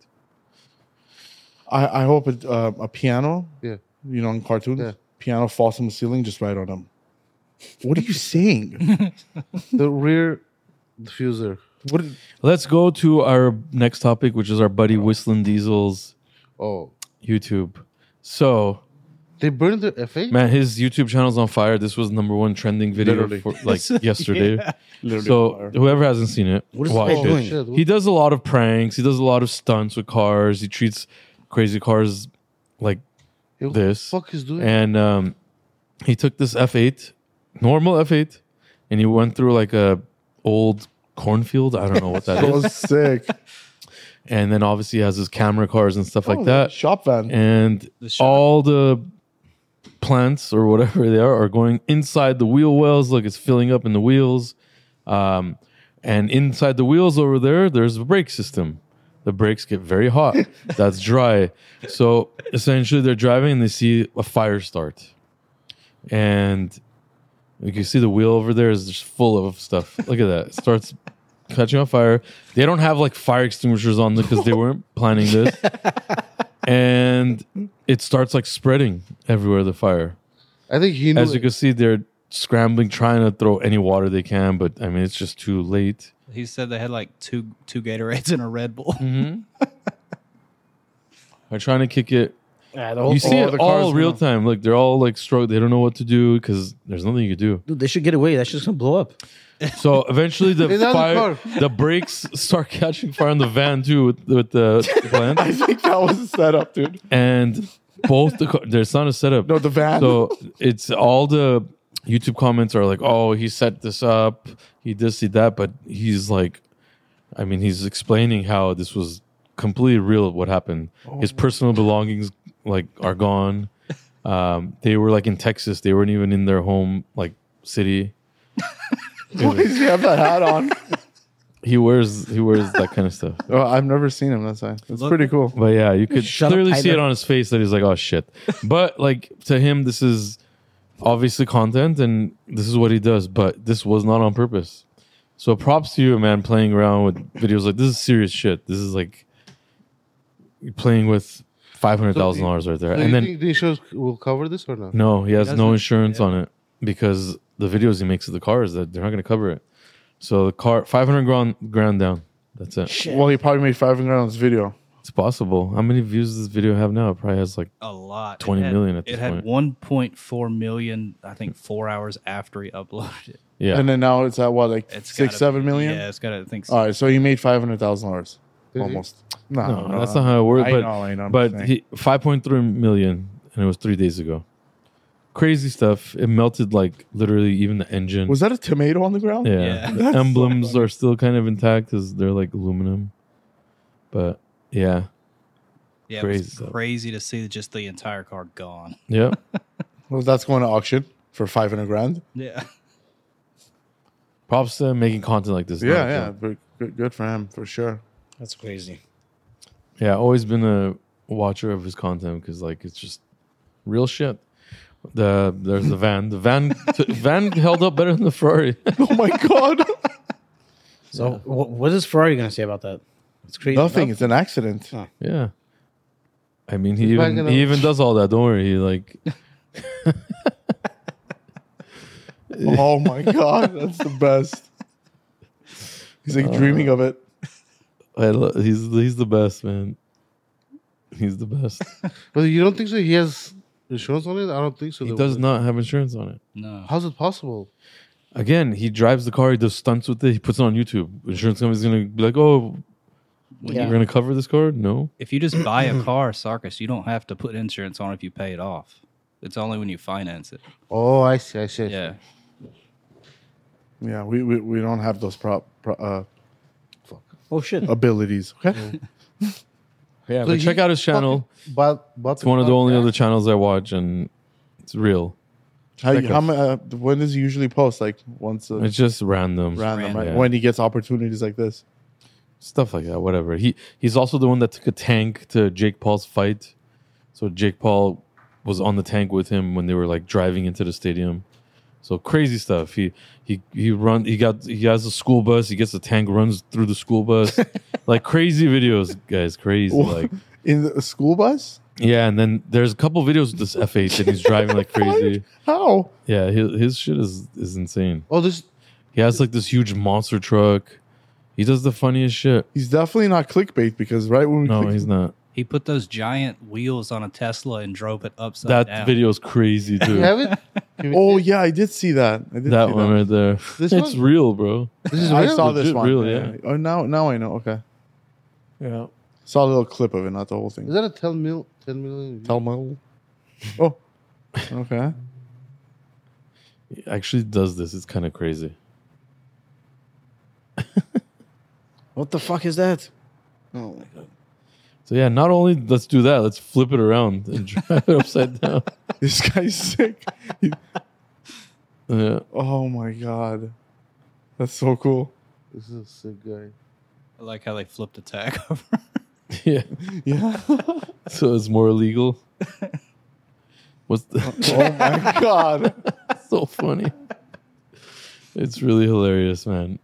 S2: I I hope it, uh, a piano.
S3: Yeah.
S2: You know, in cartoons,
S3: Yeah.
S2: piano falls from the ceiling just right on them. What are you saying?
S3: The rear diffuser.
S2: what?
S1: Let's go to our next topic, which is our buddy Whistling Diesel's
S3: Oh,
S1: YouTube. So,
S3: they burned the F8.
S1: man, his YouTube channel's on fire. This was number one trending video
S2: Literally.
S1: for like yesterday.
S2: Literally
S1: So,
S2: fire.
S1: whoever hasn't seen it,
S4: What is
S1: watch
S4: this guy
S1: it.
S4: doing?
S3: Shit,
S1: He does a lot of pranks. He does a lot of stunts with cars. He treats crazy cars like
S3: what
S1: this.
S3: the fuck is doing?
S1: and um, he took this F8, normal F8, and he went through like a old cornfield. I don't know what that
S2: so
S1: is.
S2: sick.
S1: And then obviously he has his camera cars and stuff like
S2: Oh,
S1: that.
S2: shop van.
S1: And
S6: The shop.
S1: all the plants or whatever they are are going inside the wheel wells. Look, it's filling up in the wheels. Um, and inside the wheels over there, there's a brake system. The brakes get very hot. That's dry. So essentially, they're driving and they see a fire start. And you can see the wheel over there is just full of stuff. Look at that. It starts catching on fire. They don't have like fire extinguishers on because they weren't planning this. and it starts like spreading everywhere the fire.
S3: I think he knew.
S1: As you
S3: it.
S1: can see, they're scrambling, trying to throw any water they can, but I mean, it's just too late.
S6: He said they had like two two Gatorades and a Red Bull.
S1: Hmm. They're trying to kick it.
S4: Yeah,
S1: You see
S2: oh,
S1: it
S2: the
S1: all
S2: cars,
S1: real
S2: yeah.
S1: time. Like they're all like struck. They don't know what to do because there's nothing you can do.
S4: Dude, they should get away. That's just gonna blow up.
S1: So eventually the
S3: Another
S1: fire, the brakes start catching fire on the van too with, with the plant,
S2: I think that was a setup, dude.
S1: and both the car, there's not a setup.
S2: No, the van.
S1: so it's all the YouTube comments are like, oh, he set this up, he this, he that, but he's like, I mean, he's explaining how this was completely real. What happened? His personal belongings like are gone. Um, they were like in Texas. They weren't even in their home like city.
S2: Why does he have that hat on?
S1: He wears he wears that kind of stuff.
S2: Oh, I've never seen him. That's why. It's pretty cool.
S1: But yeah, you could
S4: Shut up,
S1: clearly see it
S4: Tyler.
S1: on his face that he's like, oh shit. But like to him, this is obviously content and this is what he does, but this was not on purpose. So props to you, man, playing around with videos like this is serious shit. This is like you're playing with five hundred thousand dollars right there.
S3: So
S1: And
S3: you
S1: then
S3: think the insurance will cover this or not?
S1: no, he has no
S6: doesn't-
S1: insurance on it because the videos he makes of the cars that they're not gonna cover it. So the car five hundred grand grand down. That's it.
S2: Well, he probably made five hundred on this video.
S1: It's possible. How many views does this video have now? It probably has like
S6: a lot.
S1: 20
S6: Twenty million.
S1: million at
S6: it
S1: this
S6: had
S1: point.
S6: 1.4 million, I think, four hours after he uploaded it.
S1: yeah.
S2: And then now it's at what, like
S6: It's
S2: six,
S6: gotta
S2: seven
S6: be-
S2: million?
S6: Yeah, it's got to think.
S1: Oh,
S2: All right, so he made five hundred thousand dollars,
S3: he?
S2: almost. No,
S1: No, that's not how it works.
S2: Uh, I
S1: but
S2: know, I know, I'm
S1: but
S2: saying.
S1: he, 5.3 million, and it was three days ago. Crazy stuff. It melted like literally even the engine.
S2: Was that a tomato on the ground?
S1: yeah.
S6: Yeah.
S1: The emblems are still kind of intact because they're like aluminum. But yeah.
S6: yeah,
S1: crazy
S6: it was
S1: stuff.
S6: crazy to see just the entire car gone.
S1: Yeah.
S2: Well, that's going to auction for five hundred grand.
S6: Yeah.
S1: Props to him making content like this.
S2: yeah,
S1: Not
S2: yeah,
S1: good.
S2: but good, good for him for sure.
S4: That's crazy.
S1: Yeah. Always been a watcher of his content because like it's just real shit. The there's the van. The van van held up better than the Ferrari.
S2: Oh my god,
S4: So wh- what is Ferrari gonna say about that? It's crazy.
S2: nothing. Oh. It's an accident.
S1: Yeah. I mean, he
S3: back
S1: even
S3: in the-
S1: he even does all that. Don't worry. He like
S2: Oh my god, that's the best. He's like dreaming of it.
S1: I lo- he's he's the best man. He's the best.
S3: But you don't think so? He has insurance on it? I don't think so.
S1: He
S3: They
S1: does
S3: would.
S1: not have insurance on it.
S6: No.
S3: How's it possible?
S1: Again, he drives the car. He does stunts with it. He puts it on YouTube. Insurance company's gonna be like, "Oh,
S4: Yeah.
S1: we're gonna cover this car." No,
S6: If you just buy a car, Sarkis, you don't have to put insurance on if you pay it off. It's only when you finance it.
S3: Oh, I see. I see. I see.
S6: Yeah.
S2: Yeah, we, we, we don't have those prop, pro, uh,
S4: Oh shit.
S2: abilities. Okay,
S1: yeah.
S3: So
S1: But
S3: he
S1: check out his channel.
S3: But, but
S1: It's one of the only other channels I watch, and it's real.
S2: how,
S1: Check
S2: how
S1: us.
S2: mu- uh, when does he usually post? Like once a
S1: It's just random,
S2: random, right?
S1: Yeah.
S2: When he gets opportunities like this.
S1: stuff like that. Whatever. He he's also the one that took a tank to Jake Paul's fight. So Jake Paul was on the tank with him when they were like driving into the stadium. So crazy stuff. He he he run. He got he has a school bus. He gets a tank, runs through the school bus, like crazy videos, guys. Crazy like
S2: in the school bus?
S1: yeah. And then there's a couple videos with this F8 that he's driving like crazy.
S2: How?
S1: Yeah, his, his shit is is insane.
S3: Oh, this.
S1: He has like this huge monster truck. He does the funniest shit.
S2: He's definitely not clickbait because right when we
S1: No,
S2: click-
S1: he's not.
S6: He put those giant wheels on a Tesla and drove it upside
S1: That
S6: down.
S1: video is crazy too.
S3: You have it?
S2: oh yeah, I did see that. I did
S1: that
S2: see
S1: one right there.
S3: This
S1: it's
S3: one?
S1: real, bro.
S3: This is
S2: I
S3: real?
S2: saw this
S1: Legit
S2: one.
S1: real, yeah.
S2: Oh now now I know. Okay,
S1: Yeah.
S2: saw a little clip of it, not the whole
S3: Is
S2: thing.
S3: that a 10 mil? 10 million?
S2: Tell my. Oh, okay.
S1: It actually does this. It's kind of crazy.
S4: What the fuck is that? Oh my god.
S1: So yeah, not only let's do that, let's flip it around and drive it upside down.
S2: This guy's sick. He-
S1: Yeah.
S2: oh my god, that's so cool.
S3: This is a sick guy.
S6: I like how they flipped the tag over.
S1: Yeah.
S2: Yeah.
S1: So it's more illegal. What's the,
S2: oh my god.
S1: so funny? It's really hilarious, man.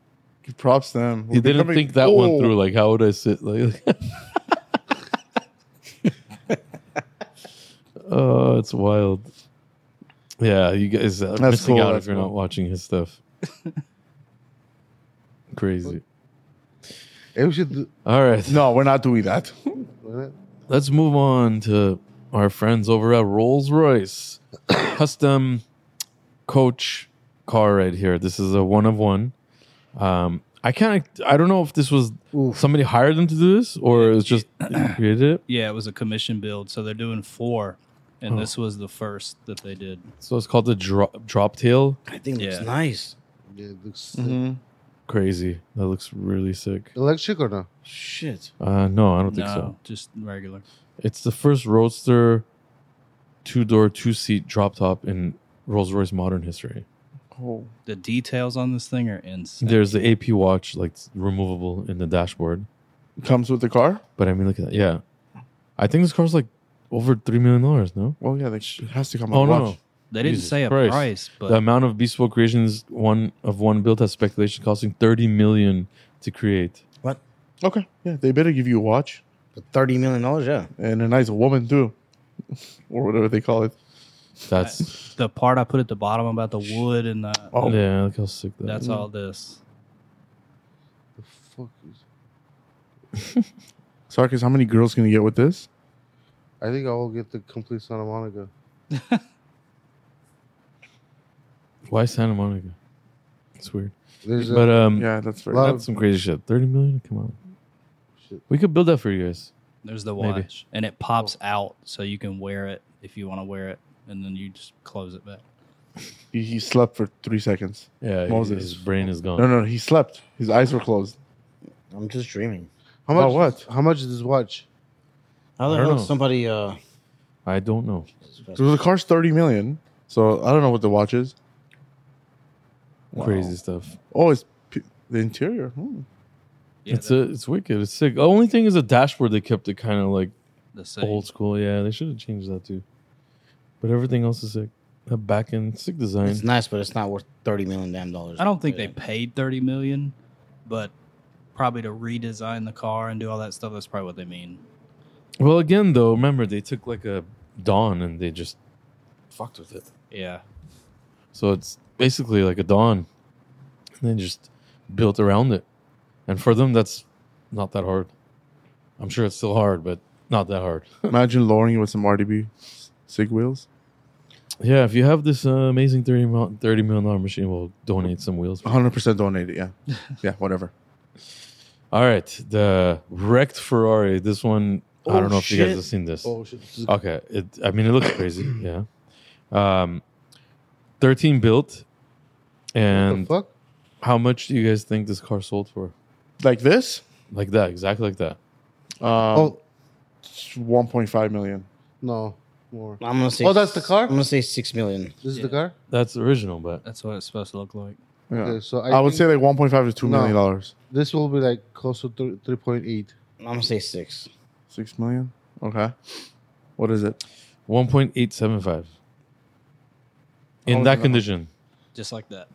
S2: Props to him. Oh.
S1: He didn't think that
S2: one
S1: one through. Like, how would I sit? Like, oh, it's wild. Yeah, you guys are
S2: That's
S1: missing
S2: cool,
S1: out if
S2: that's
S1: you're not
S2: cool.
S1: watching his stuff. Crazy.
S3: Hey, we should do.
S1: All right,
S2: No, we're not doing that.
S1: let's move on to our friends over at Rolls Royce custom coach car right here. This is a one of one. Um, I can't. I don't know if this was somebody hired them to do this or it was just created it.
S6: yeah, it was a commission build. So they're doing four. And this was the first that they did.
S1: So it's called the drop, drop tail.
S4: I think it looks
S6: Yeah.
S4: nice.
S3: Yeah, it looks sick.
S1: Mm-hmm.
S2: Mhm.
S1: Crazy. That looks really sick.
S3: Electric or no?
S4: Shit.
S1: Uh, no, I don't
S6: No,
S1: think so.
S6: just regular.
S1: It's the first roadster, two door, two seat drop top in Rolls Royce modern history.
S2: Oh,
S6: The details on this thing are insane.
S1: There's the AP watch, like it's removable in the dashboard.
S2: comes with the car.
S1: But I mean, look at that. Yeah, I think this car's like over three million dollars. No,
S2: Well, yeah, they, it has to come.
S1: oh
S2: on
S1: no,
S2: watch.
S1: no,
S6: They didn't
S1: Jesus
S6: say a
S1: Christ.
S6: price, but
S1: the amount of bespoke creations one of one built has speculation costing thirty million to create.
S2: Okay, yeah, they better give you a watch
S4: But Thirty million dollars, yeah.
S2: and a nice woman too, or whatever they call it.
S1: That's
S6: the part I put at the bottom about the wood and the,
S2: Oh,
S1: yeah, look how sick that.
S6: that's
S1: is.
S6: all this.
S3: The fuck is?
S2: Sarkis, how many girls can you get with this?
S3: I think I will get the complete Santa Monica.
S1: Why Santa Monica? It's weird.
S3: There's
S1: But
S3: a,
S1: um,
S2: uh, Yeah, that's right.
S3: Lot
S1: that's some crazy shit. Thirty million? Come on.
S3: Shit.
S1: We could build that for you guys.
S6: There's the watch,
S1: Maybe.
S6: and it pops out, so you can wear it if you want to wear it, and then you just close it back.
S2: He, he slept for three seconds.
S1: Yeah,
S2: Moses.
S1: His brain is gone.
S2: No, no, he slept. His eyes were closed.
S4: I'm just dreaming.
S3: how much?
S2: oh, what?
S3: How much is this watch?
S4: How the
S1: I don't
S4: hell
S1: know.
S4: did somebody? Uh,
S1: I don't know.
S2: So the car's thirty million. So I don't know what the watch is.
S1: Crazy stuff.
S2: Oh, it's p- the interior. Hmm.
S6: Yeah,
S1: it's a, it's wicked. It's sick. The only thing is the dashboard. They kept it kind of like
S6: the same.
S1: old school. Yeah, they should have changed that too. But everything else is sick. A back end sick design.
S4: it's nice, but it's not worth thirty million damn dollars.
S6: I don't think they paid thirty million, but probably to redesign the car and do all that stuff. That's probably what they mean.
S1: well, again though, remember they took like a Dawn and they just fucked with it.
S6: Yeah,
S1: So it's basically like a Dawn, and they just built around it. And for them, that's not that hard. I'm sure it's still hard, but not that hard.
S2: Imagine lowering it with some RDB sig wheels.
S1: Yeah, if you have this uh, amazing 30 mil, 30 million dollar machine, we'll donate some wheels.
S2: One hundred percent donated. Yeah, yeah, whatever.
S1: All right, the wrecked Ferrari. This one, I
S4: Oh,
S1: don't know if you guys
S4: shit.
S1: have seen this.
S3: Oh shit! This is-
S1: Okay, it, I mean, it looks crazy. Yeah, um, 13 built,
S3: what the
S1: and
S3: fuck?
S1: how much do you guys think this car sold for?
S2: Like this.
S1: Like that, exactly like that.
S2: Um,
S3: Oh
S2: one point five million.
S3: no, more.
S4: I'm gonna say.
S3: Oh, that's the car?
S4: I'm gonna say six million.
S3: This is
S6: Yeah.
S3: the car.
S1: That's original, but
S6: that's what it's supposed to look like.
S2: Yeah.
S3: Okay, so I,
S2: I, would
S3: think
S2: say like one point five to two
S3: No.
S2: million dollars.
S3: this will be like close to three three point eight.
S4: I'm gonna say six.
S2: Six million. Okay. What is it?
S1: 1.875
S2: Oh,
S1: in that
S2: no.
S1: condition.
S6: Just like that.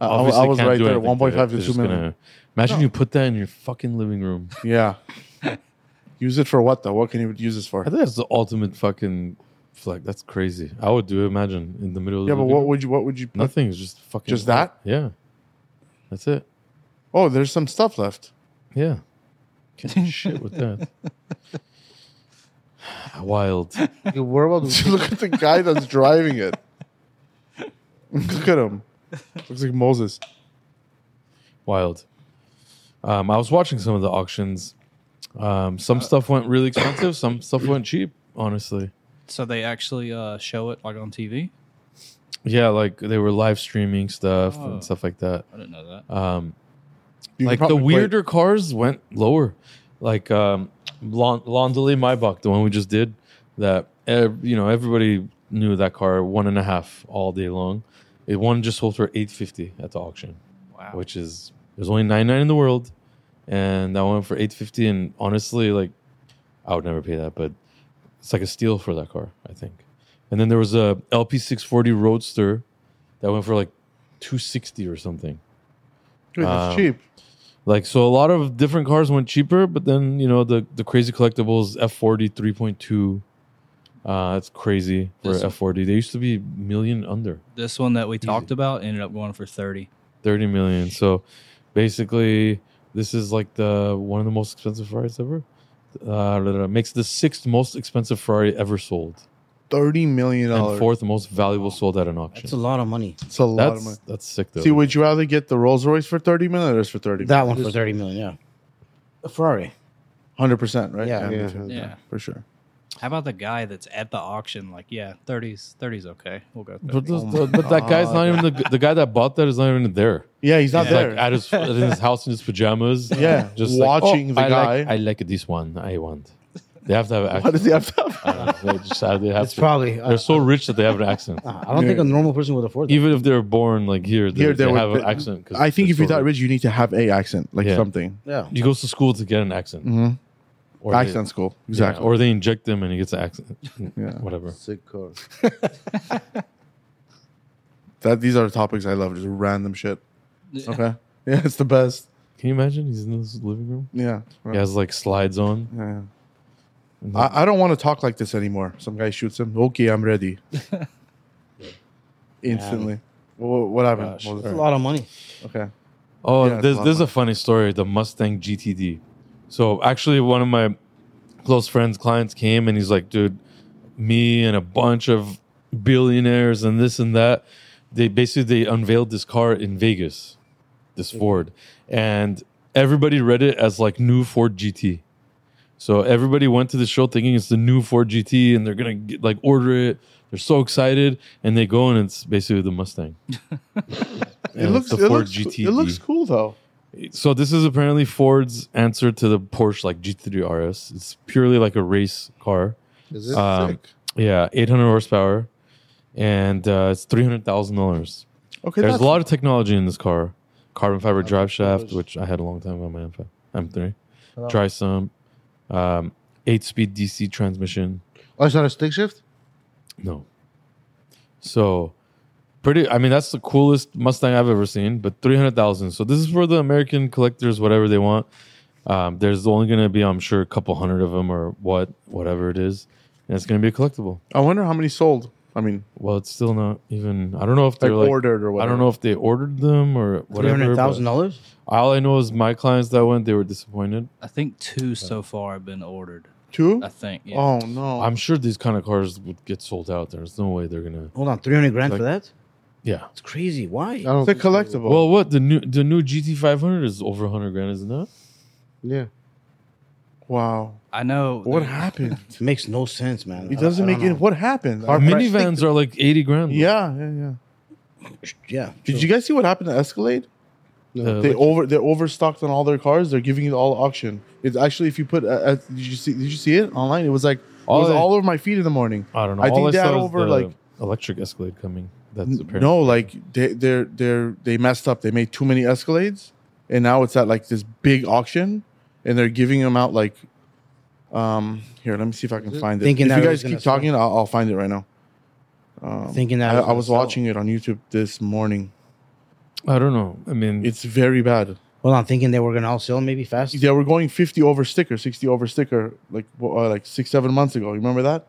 S2: I, I was-
S1: Obviously
S2: I was
S1: can't
S2: right
S1: do
S2: there.
S1: anything
S2: One point five
S1: it.
S2: to
S1: They're
S2: two
S1: just
S2: million.
S1: gonna- imagine
S2: No.
S1: you put that in your fucking living room.
S2: Yeah. use it for what though? What can you use this for?
S1: I think that's the ultimate fucking flag. That's crazy. I would do. it, Imagine in the middle.
S2: Yeah,
S1: of the
S2: but
S1: living
S2: what
S1: room.
S2: would you? What would you? Put?
S1: Nothing. It's just fucking.
S2: Just that?
S1: Yeah. That's it.
S2: Oh, there's some stuff left.
S1: Yeah. Can't do shit with that. Wild.
S3: Okay, where about
S2: Look at the guy that's driving it. Look at him. Looks like Moses.
S1: Wild. Um, I was watching some of the auctions. Um, some
S2: Uh,
S1: stuff went really expensive. Some stuff went cheap. Honestly.
S6: So they actually uh, show it like on TV.
S1: Yeah, like they were live streaming stuff
S6: Oh.
S1: and stuff like that.
S6: I didn't know that.
S1: Um,
S2: You
S1: like
S2: can
S1: the
S2: probably play-
S1: weirder cars went lower. Like um, Lon- Landale Maybach, the one we just did, that ev- you know everybody knew that car one and a half all day long. It one just sold for eight fifty at the auction,
S6: Wow.
S1: which is there's only nine nine in the world, and that went for eight fifty. And honestly, like I would never pay that, but it's like a steal for that car, I think. And then there was a LP640 Roadster that went for like two sixty or something.
S2: Dude, that's
S1: Um,
S2: cheap.
S1: Like so, a lot of different cars went cheaper, but then you know the the crazy collectibles F40 3.2. Uh, it's crazy for
S6: This-
S1: F40. They used to be million under
S6: this one that we talked about ended up going for thirty.
S1: 30 million. So basically, this is like the one of the most expensive Ferraris ever. Uh, blah, blah, makes the sixth most expensive Ferrari ever sold
S2: Thirty million
S1: and
S2: dollars.
S1: fourth most valuable sold at an auction.
S4: That's a lot of money.
S2: That's a lot of
S1: That's
S2: money.
S1: that's sick though.
S2: See, would you rather get the Rolls Royce for thirty million or this for thirty?
S4: That one for thirty million. Yeah. A Ferrari.
S2: Hundred percent, right?
S4: Yeah.
S2: me
S3: Yeah.
S2: too.
S6: Yeah.
S2: for sure.
S6: How about the guy that's at the auction? Like, yeah, 30s, 30s, okay. We'll go. 30.
S1: but, this-
S2: Oh
S1: but that guy's not even the, the guy that bought that is not even there.
S2: Yeah, he's not
S1: He's
S2: there.
S1: like at his in his house in his pajamas.
S2: Yeah,
S1: just like,
S2: watching
S1: "Oh,
S2: the
S1: I
S2: guy.
S1: Like, I like this one. I want. They have to have an
S2: Why
S1: accent.
S2: does he have to? Have
S1: they just have, they have
S4: It's
S1: to.
S4: probably. I,
S1: they're so rich that they have an accent.
S4: I don't think a normal person would afford that.
S1: Even if they're born like here, they,
S2: Uh-huh. Here,
S1: they,
S2: they would-
S1: have an
S2: they-
S1: accent. 'cause
S2: I think
S1: they're
S2: if you're
S1: so
S2: that rich, you need to have a accent, like
S1: Yeah.
S2: something.
S4: yeah.
S1: He goes to school to get an accent.
S2: Mhm.
S1: Or
S2: Accent school,
S1: They,
S2: exactly.
S1: yeah, or they inject him and he gets an accent.
S2: Yeah.
S1: Whatever.
S3: Sick car.
S2: That these are topics I love, just random shit. Okay. Yeah, it's the best.
S1: Can you imagine? He's in this living room.
S2: Yeah.
S1: He has like slides on.
S2: Yeah. I, I don't want to talk like this anymore. Some guy shoots him. Okay, I'm ready. Instantly. What, what happened?
S1: Gosh.
S2: What was
S4: It's
S2: it?
S4: a lot of money.
S2: Okay.
S1: Oh,
S2: Yeah, it's
S1: there's,
S2: a lot
S1: there's
S2: of
S1: a funny story. The Mustang GTD. So actually, one of my close friends' clients came and he's like, "Dude, me and a bunch of billionaires and this and that. They basically they unveiled this car in Vegas, this Ford, and everybody read it as like new Ford GT. So everybody went to the show thinking it's the new Ford GT and they're gonna get, like order it. They're so excited and they go and it's basically the Mustang.
S2: It looks,
S1: the
S2: it,
S1: Ford E.
S2: looks,
S1: GTD.
S2: it looks cool though.
S1: So this is apparently Ford's answer to the Porsche like G3 RS. It's purely like a race car.
S3: Is it
S1: Um,
S3: sick?
S1: Yeah, 800 horsepower, and uh, it's three hundred thousand dollars.
S2: Okay,
S1: There's
S2: that's-
S1: a lot of technology in this car: carbon fiber drive shaft, which I had a long time ago on my M5, M3, tri sump, um, eight-speed DC transmission.
S3: Oh, it's not a stick shift.
S1: No. So pretty I mean that's the coolest Mustang I've ever seen, but 300,000. So this is for the American collectors whatever they want. Um, there's only going to be I'm sure a couple hundred of them or what whatever it is. And it's going to be a collectible.
S2: I wonder how many sold. I mean,
S1: Well, it's still not even I don't know if
S2: like,
S1: they're like,
S2: ordered or
S1: I
S2: whatever.
S1: don't know if they ordered them or
S4: Three
S1: whatever.
S4: hundred
S1: but
S4: thousand dollars.
S1: All I know is my clients that went, they were disappointed.
S6: I think two so far have been ordered.
S2: Two?
S6: I think. Yeah.
S2: Oh no.
S1: I'm sure these kind of cars would get sold out. There's no way they're going to
S4: Hold on, three hundred grand
S1: Like-
S4: for that?
S1: Yeah.
S4: It's crazy. Why?
S3: I don't
S2: it's a
S3: think so.
S2: collectible.
S1: Well, what the new the new GT500 is over 100 grand, isn't it?
S3: Yeah.
S2: wow.
S6: I know.
S2: What
S6: that-
S2: happened?
S4: It makes no sense, man.
S2: It
S4: I-
S2: doesn't
S4: I
S2: make
S4: don't
S2: it.
S4: know.
S2: What happened?
S1: Our minivans are like 80 grand.
S2: Yeah, yeah, yeah.
S4: Yeah.
S2: Did you guys see what happened to Escalade?
S1: Uh,
S2: They
S1: like-
S2: over they're overstocked on all their cars. They're giving it all auction. It's actually if you put uh, uh, did you see did you see it online? It was like
S1: All
S4: Oh,
S2: it was
S1: I-
S2: all over my feet in the morning.
S1: I don't know.
S2: I
S1: All
S2: think
S1: saw
S2: that
S1: is
S2: over,
S1: the
S2: like-
S1: electric Escalade coming. That's
S2: N-
S1: apparent.
S2: No, like they they're they're they messed up. They made too many Escalades, and now it's at like this big auction, and they're giving them out like, um, here. Let me see if I can find it.
S4: Thinking
S2: if
S4: that
S2: you
S4: it
S2: guys
S4: was gonna
S2: keep talking, I'll, I'll find it right now. Um,
S4: Thinking that
S2: I,
S4: it was
S2: I was
S4: gonna sell.
S2: watching it on YouTube this morning.
S1: I don't know. I mean,
S2: It's very bad.
S4: Hold on, thinking they were gonna all sell maybe fast.
S2: They were going fifty over sticker, sixty over sticker, like wh- uh, like six seven months ago. You remember that?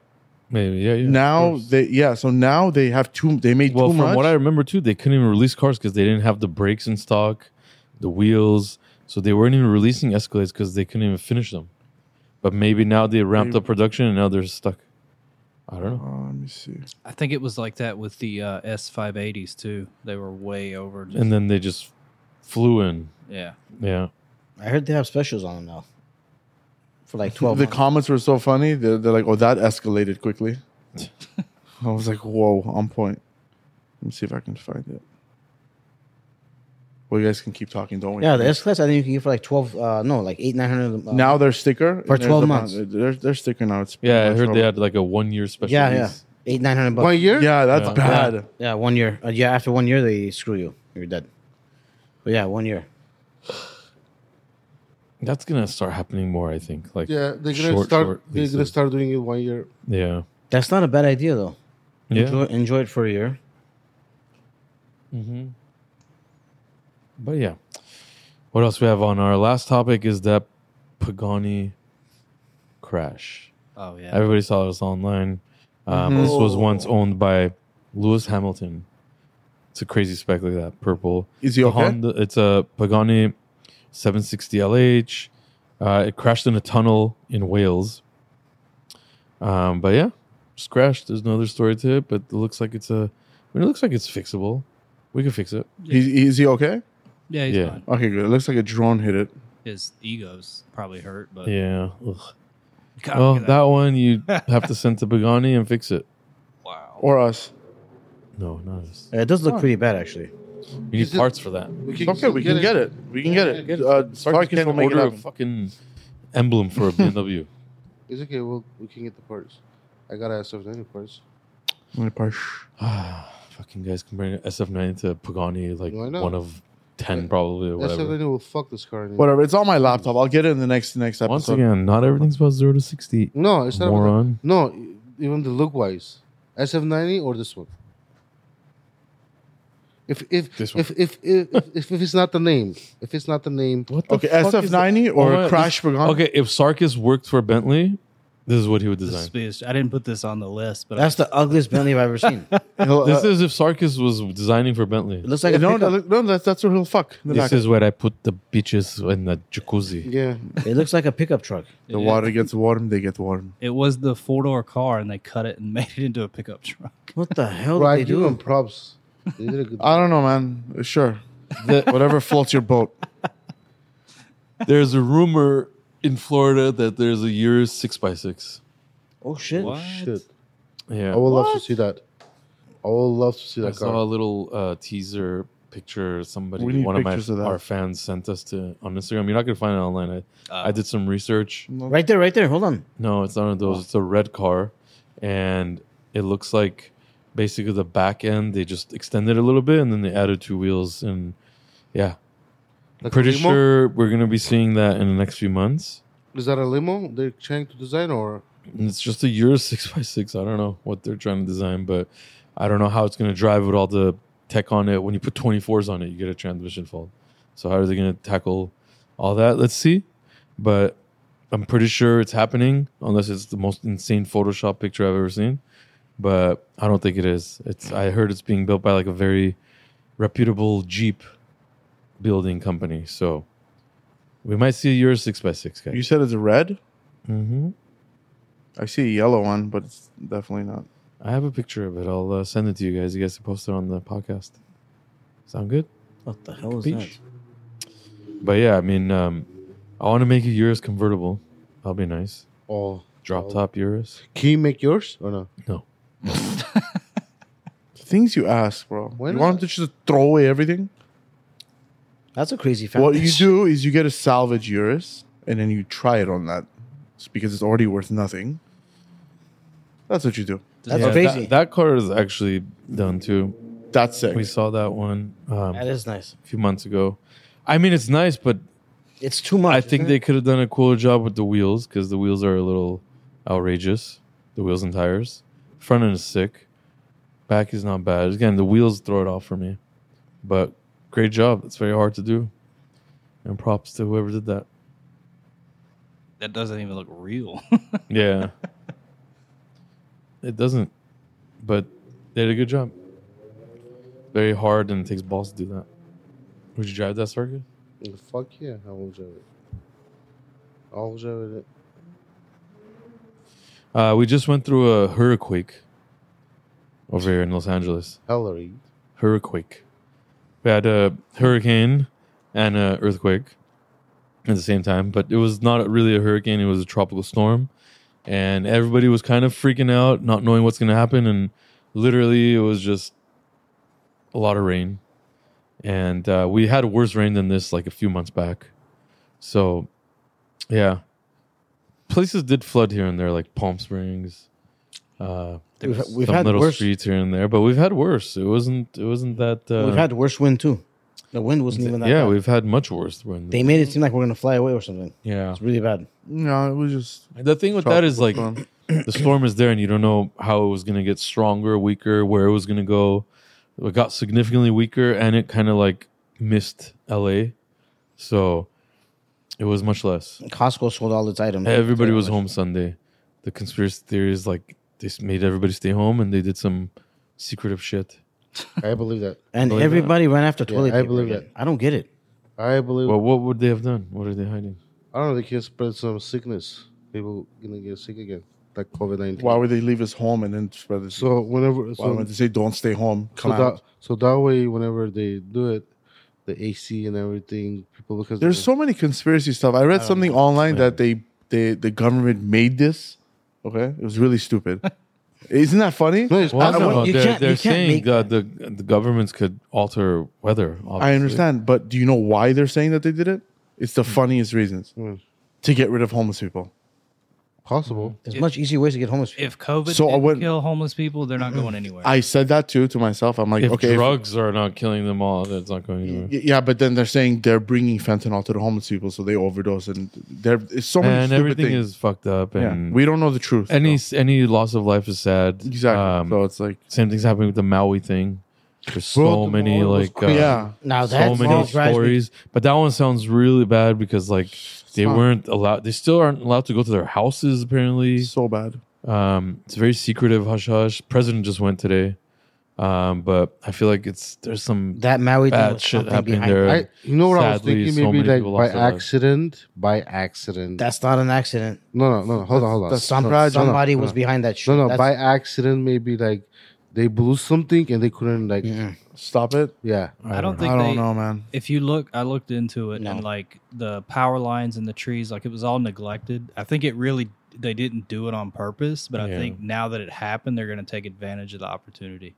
S1: maybe yeah. yeah of
S2: now
S1: course.
S2: they yeah. So now they have too. They made
S1: well,
S2: too
S1: from
S2: much.
S1: what I remember too, they couldn't even release cars because they didn't have the brakes in stock, the wheels, so they weren't even releasing Escalades because they couldn't even finish them. But maybe now they ramped
S2: Maybe.
S1: up production and now they're stuck. I don't know.
S2: Oh, let me see.
S6: I think it was like that with the uh, S580s too. They were way over.
S1: And then they just flew in.
S6: yeah.
S1: Yeah.
S4: I heard they have specials on them now. For like twelve.
S2: the
S4: months.
S2: comments were so funny. They're, they're like, "Oh, that escalated quickly." I was like, "Whoa, on point." Let me see if I can find it. Well, you guys can keep talking, don't we?
S4: yeah, the S class I think you can get for like twelve. Uh, no, like eight nine hundred. Uh,
S2: now they're sticker and
S4: For
S2: there's
S4: 12
S2: the-
S4: months.
S2: They're, they're sticker now. It's
S1: Yeah, I
S2: pretty
S1: heard
S2: much
S1: they
S2: over.
S1: had like a one year special.
S4: yeah, yeah,
S1: lease.
S4: eight nine hundred bucks.
S3: One year.
S2: Yeah, that's
S1: Yeah.
S2: bad.
S4: Yeah, one year. Uh, yeah, after one year they screw you. You're dead. But yeah, one year.
S1: That's gonna start happening more, I think. Like
S3: Yeah, they're gonna
S1: short,
S3: start.
S1: short
S3: they're gonna
S1: leases.
S3: start doing it one year.
S1: Yeah.
S4: That's not a bad idea though.
S1: Yeah.
S4: Enjoy, enjoy it for a year.
S1: hmm But yeah, what else we have on our last topic is that Pagani crash.
S6: Oh yeah.
S1: Everybody saw this online. Um, This was once owned by Lewis Hamilton. It's a crazy spec like that, purple.
S2: Is he
S1: The
S2: okay?
S1: Honda- it's a Pagani 760 LH. Uh, it crashed in a tunnel in Wales. Um, but yeah, just crashed. There's no other story to it, but it looks like it's a. I mean, it looks like it's fixable. We can fix it.
S2: He's, is he okay?
S6: yeah, he's
S1: yeah.
S6: fine.
S2: Okay, good. It looks like a drone hit it.
S6: His ego's probably hurt, but
S1: Yeah. Ugh.
S6: God,
S1: Well,
S6: look at
S1: that one you have to send to Pagani and fix it.
S6: wow.
S2: Or us.
S1: No, not us.
S4: Uh, It does look pretty bad actually.
S1: You need
S3: Is it-
S1: parts for that.
S3: We
S2: It's okay, we can get it. We can get it. Uh,
S1: Start
S2: Sarkis
S1: can
S2: will make it
S1: order a
S2: happen.
S1: fucking emblem for a BMW.
S3: It's okay. Well, we can get the parts. I gotta ask if there's any parts.
S2: My part.
S1: Ah, Fucking guys comparing SF90 to Pagani, like
S3: Why not?
S1: one of 10 probably or
S3: SF
S1: whatever.
S3: ninety will fuck this car. dude.
S2: Whatever. It's on my laptop. I'll get it in the next next episode.
S1: Once again, not everything's about 0 to 60.
S3: No, it's not. about that.
S1: Moron.
S3: No, e- even the look wise, SF ninety or this one. If if,
S2: This one.
S3: if, if, if, if if it's not the name, if it's not the name,
S1: What
S2: Okay, SF90
S1: Oh
S2: or
S1: my God,
S2: Crash Pagani.
S1: Okay, if Sarkis worked for Bentley, this is what he would
S6: This
S1: design.
S6: is, I didn't put this on the list, but
S4: That's the ugliest Bentley I've ever seen. It
S2: He'll,
S1: This
S2: uh,
S1: is if Sarkis was designing for Bentley.
S4: looks like a
S2: no,
S4: pickup.
S2: no, no, that's that's what he'll fuck. In the
S1: This
S2: back.
S1: is where I put the bitches in the jacuzzi.
S3: yeah,
S4: It looks like a pickup truck.
S2: the water gets warm. They get warm.
S6: it was the four door car, and they cut it and made it into a pickup truck.
S4: What the hell
S3: bro,
S4: did
S3: I
S4: they
S3: give
S4: do?
S3: them props. They did a good.
S2: I don't know, man. Sure, whatever floats your boat.
S1: There's a rumor in Florida that there's a year six by six.
S4: Oh shit!
S3: Shit,
S1: Yeah,
S3: I would love to see that. I would love to see
S1: I
S3: that
S1: saw a
S3: car.
S1: little uh, teaser picture somebody
S2: We need
S1: one of my
S2: pictures of that.
S1: our fans sent us to on Instagram. You're not gonna find it online. I, I did some research.
S4: Right there, right there. Hold on.
S1: No, it's not one of
S3: Oh.
S1: those. It's a red car, and it looks like basically the back end they just extended a little bit, and then they added two wheels. And yeah,
S3: Like a
S1: pretty
S3: limo?
S1: sure we're gonna be seeing that in the next few months.
S3: Is that a limo they're trying to design or?
S1: And it's just a Euro six by six. I don't know what they're trying to design, but I don't know how it's gonna drive with all the tech on it. When you put twenty fours on it, you get a transmission fault. So how are they gonna tackle all that? Let's see. But I'm pretty sure it's happening, unless it's the most insane Photoshop picture I've ever seen. But I don't think it is. It's I heard it's being built by like a very reputable Jeep building company. So we might see a Euro six by six guys.
S2: You said it's a red.
S1: mm-hmm.
S2: I see a yellow one, but it's definitely not.
S1: I have a picture of it. I'll uh, send it to you guys. You guys can post it on the podcast. Sound good?
S4: What the hell is
S1: Beach. But yeah, I mean, um, I want to make a Urus convertible. That'll be nice.
S3: Oh,
S1: Drop top Urus.
S3: can you make yours or no?
S2: Things you ask, bro.
S3: Why
S2: you
S3: not?
S2: want them to just throw away everything?
S4: that? That's a crazy fact.
S2: What you do is you get a salvage Urus and then you try it on that It's because it's already worth nothing. That's what you do.
S4: That's
S1: Yeah,
S4: crazy.
S1: That, that car is actually done too.
S2: That's sick.
S1: We saw that one um,
S4: that
S1: a
S4: is nice.
S1: few months ago. I mean, it's nice, but
S4: It's too much.
S1: I think they could have done a cooler job with the wheels because the wheels are a little outrageous. The wheels and tires. Front end is sick. Back is not bad. Again, the wheels throw it off for me. But great job. It's very hard to do. And props to whoever did that.
S6: That doesn't even look real.
S1: Yeah. it doesn't. But they did a good job. Very hard and it takes balls to do that. Would you drive that circuit?
S3: Fuck yeah, I will drive it. I will drive it.
S1: Uh, we just went through a hurricane over here in Los Angeles.
S3: Hillary.
S1: hurricane. We had a hurricane and a earthquake at the same time, but it was not really a hurricane. It was a tropical storm, and everybody was kind of freaking out, not knowing what's going to happen. And literally, it was just a lot of rain. And uh, we had worse rain than this like a few months back. So, yeah, places did flood here and there, like Palm Springs. Uh,
S6: There
S4: We've-
S6: was-
S4: we've
S1: some
S4: had
S1: little
S4: worse.
S1: streets here and there, but we've had worse. It wasn't. It wasn't that. Uh,
S4: We've had worse wind too. The wind wasn't even that.
S1: yeah,
S4: bad.
S1: we've had much worse. When
S4: they made it seem like we're gonna fly away or something.
S1: yeah,
S4: It's really bad.
S2: no, it was just
S1: the thing with that is like
S2: tropical storm.
S1: the storm is there, and you don't know how it was going to get stronger, weaker, where it was going to go. It got significantly weaker, and it kind of like missed L.A. So it was much less.
S4: Costco sold all its items.
S1: Everybody was
S4: Pretty much.
S1: home Sunday. The conspiracy theories like they s- made everybody stay home, and they did some secretive shit.
S3: I believe that.
S4: and
S1: Believe
S4: everybody ran after toilet
S3: I
S4: paper.
S3: believe
S4: again.
S3: it.
S4: I don't get it.
S3: I believe.
S1: Well, what would they have done? What are they hiding?
S3: I don't know. They can spread some sickness. People gonna get sick again, like COVID nineteen.
S2: why would they leave us home and then spread this?
S3: So whenever,
S2: why
S3: so,
S2: would they say don't stay home?
S3: so
S2: Come
S3: that
S2: out.
S3: so that way, whenever they do it, the AC and everything, people because
S2: There's so many conspiracy stuff. I read something online that they, they the government made this. Okay, it was really stupid. Isn't that funny?
S3: no, it's
S1: Well,
S2: I- I
S1: no,
S2: want-
S4: you
S1: they're,
S4: can't-
S1: they're
S4: you can't
S1: saying
S4: make
S1: that the the governments could alter weather. Obviously.
S2: I understand, but do you know
S3: Hmm.
S2: why they're saying that they did it? It's the funniest reasons
S3: Mm.
S2: to get rid of homeless people.
S3: Possible.
S4: There's much easier ways to get homeless.
S6: If COVID
S2: So I
S6: didn't
S2: wouldn't-
S6: kill homeless people, they're not going anywhere.
S2: I said that too to myself. I'm like,
S1: If
S2: okay, if-
S1: drugs are not killing them all, that's not going anywhere.
S2: y- yeah, but then they're saying they're bringing fentanyl to the homeless people, so they overdose, and there is so many
S1: and
S2: stupid
S1: everything
S2: things.
S1: is fucked up.
S2: yeah,
S1: And
S2: we don't know the truth.
S1: any
S2: so.
S1: any loss of life is sad.
S2: exactly.
S1: Um,
S2: so it's like,
S1: same thing's happening with the Maui thing. There's
S3: Bro,
S1: so
S3: the
S1: many
S3: Maui was
S1: like uh,
S2: yeah,
S4: Now
S1: so
S4: that's
S1: many
S4: all drives me-
S1: stories, but that one sounds really bad because like they
S2: not-
S1: weren't allowed. They still aren't allowed to go to their houses. Apparently,
S2: so bad.
S1: um, it's very secretive. Hush hush. President just went today, um, but I feel like it's there's some
S4: That Maui thing
S1: bad
S4: was
S1: shit
S4: something
S1: happening
S4: behind
S1: there.
S4: it.
S3: I, you know what I was
S1: Sadly,
S3: thinking?
S1: so
S3: Maybe
S1: many
S3: like
S1: people
S3: by
S1: lost their lives.
S3: accident. By accident.
S4: That's not an accident.
S3: no, no, no. Hold on, hold on.
S2: That's-
S4: Some,
S2: Surprise, no, no,
S4: somebody was
S3: no.
S4: behind that shit.
S3: No, no.
S4: That's-
S3: By accident, maybe like they blew something and they couldn't like. Yeah.
S4: Mm-mm.
S2: Stop it.
S6: I don't think
S2: I
S6: they,
S2: don't know, man.
S6: if you look i looked into it
S4: No.
S6: and like the power lines and the trees like it was all neglected i think it really they didn't do it on purpose but i
S1: Yeah.
S6: think now that it happened they're going to take advantage of the opportunity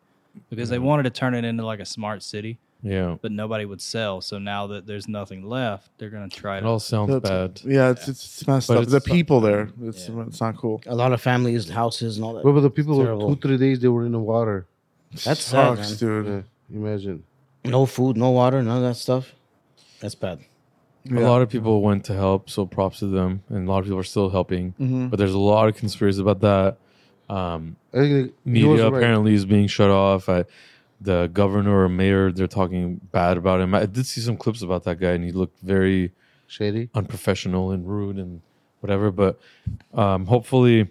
S6: because they wanted to turn it into like a smart city
S1: yeah,
S6: but nobody would sell so now that there's nothing left they're going to try
S1: it
S6: to
S1: all sounds
S2: That's-
S1: bad.
S2: Yeah, it's it's messed
S1: But
S2: up.
S1: it's
S2: the
S1: so-
S2: people there, it's
S6: Yeah.
S2: it's not cool.
S4: A lot of families, houses, and all that.
S3: Remember the people were
S4: Terrible.
S3: two, three days they were in the water.
S4: That's sad,
S2: Sucks,
S4: man.
S2: dude.
S3: Yeah, imagine.
S4: No food, no water, none of that stuff. That's bad.
S1: A lot of people went to help, so props to them, and a lot of people are still helping.
S3: Mm-hmm.
S2: Mhm.
S1: But there's a lot of conspiracy about that. Um,
S3: I think he was
S1: media
S3: right.
S1: apparently is being shut off. I, the governor or mayor, they're talking bad about him. I did see some clips about that guy, and he looked very
S3: shady.
S1: unprofessional and rude and whatever. But um, hopefully,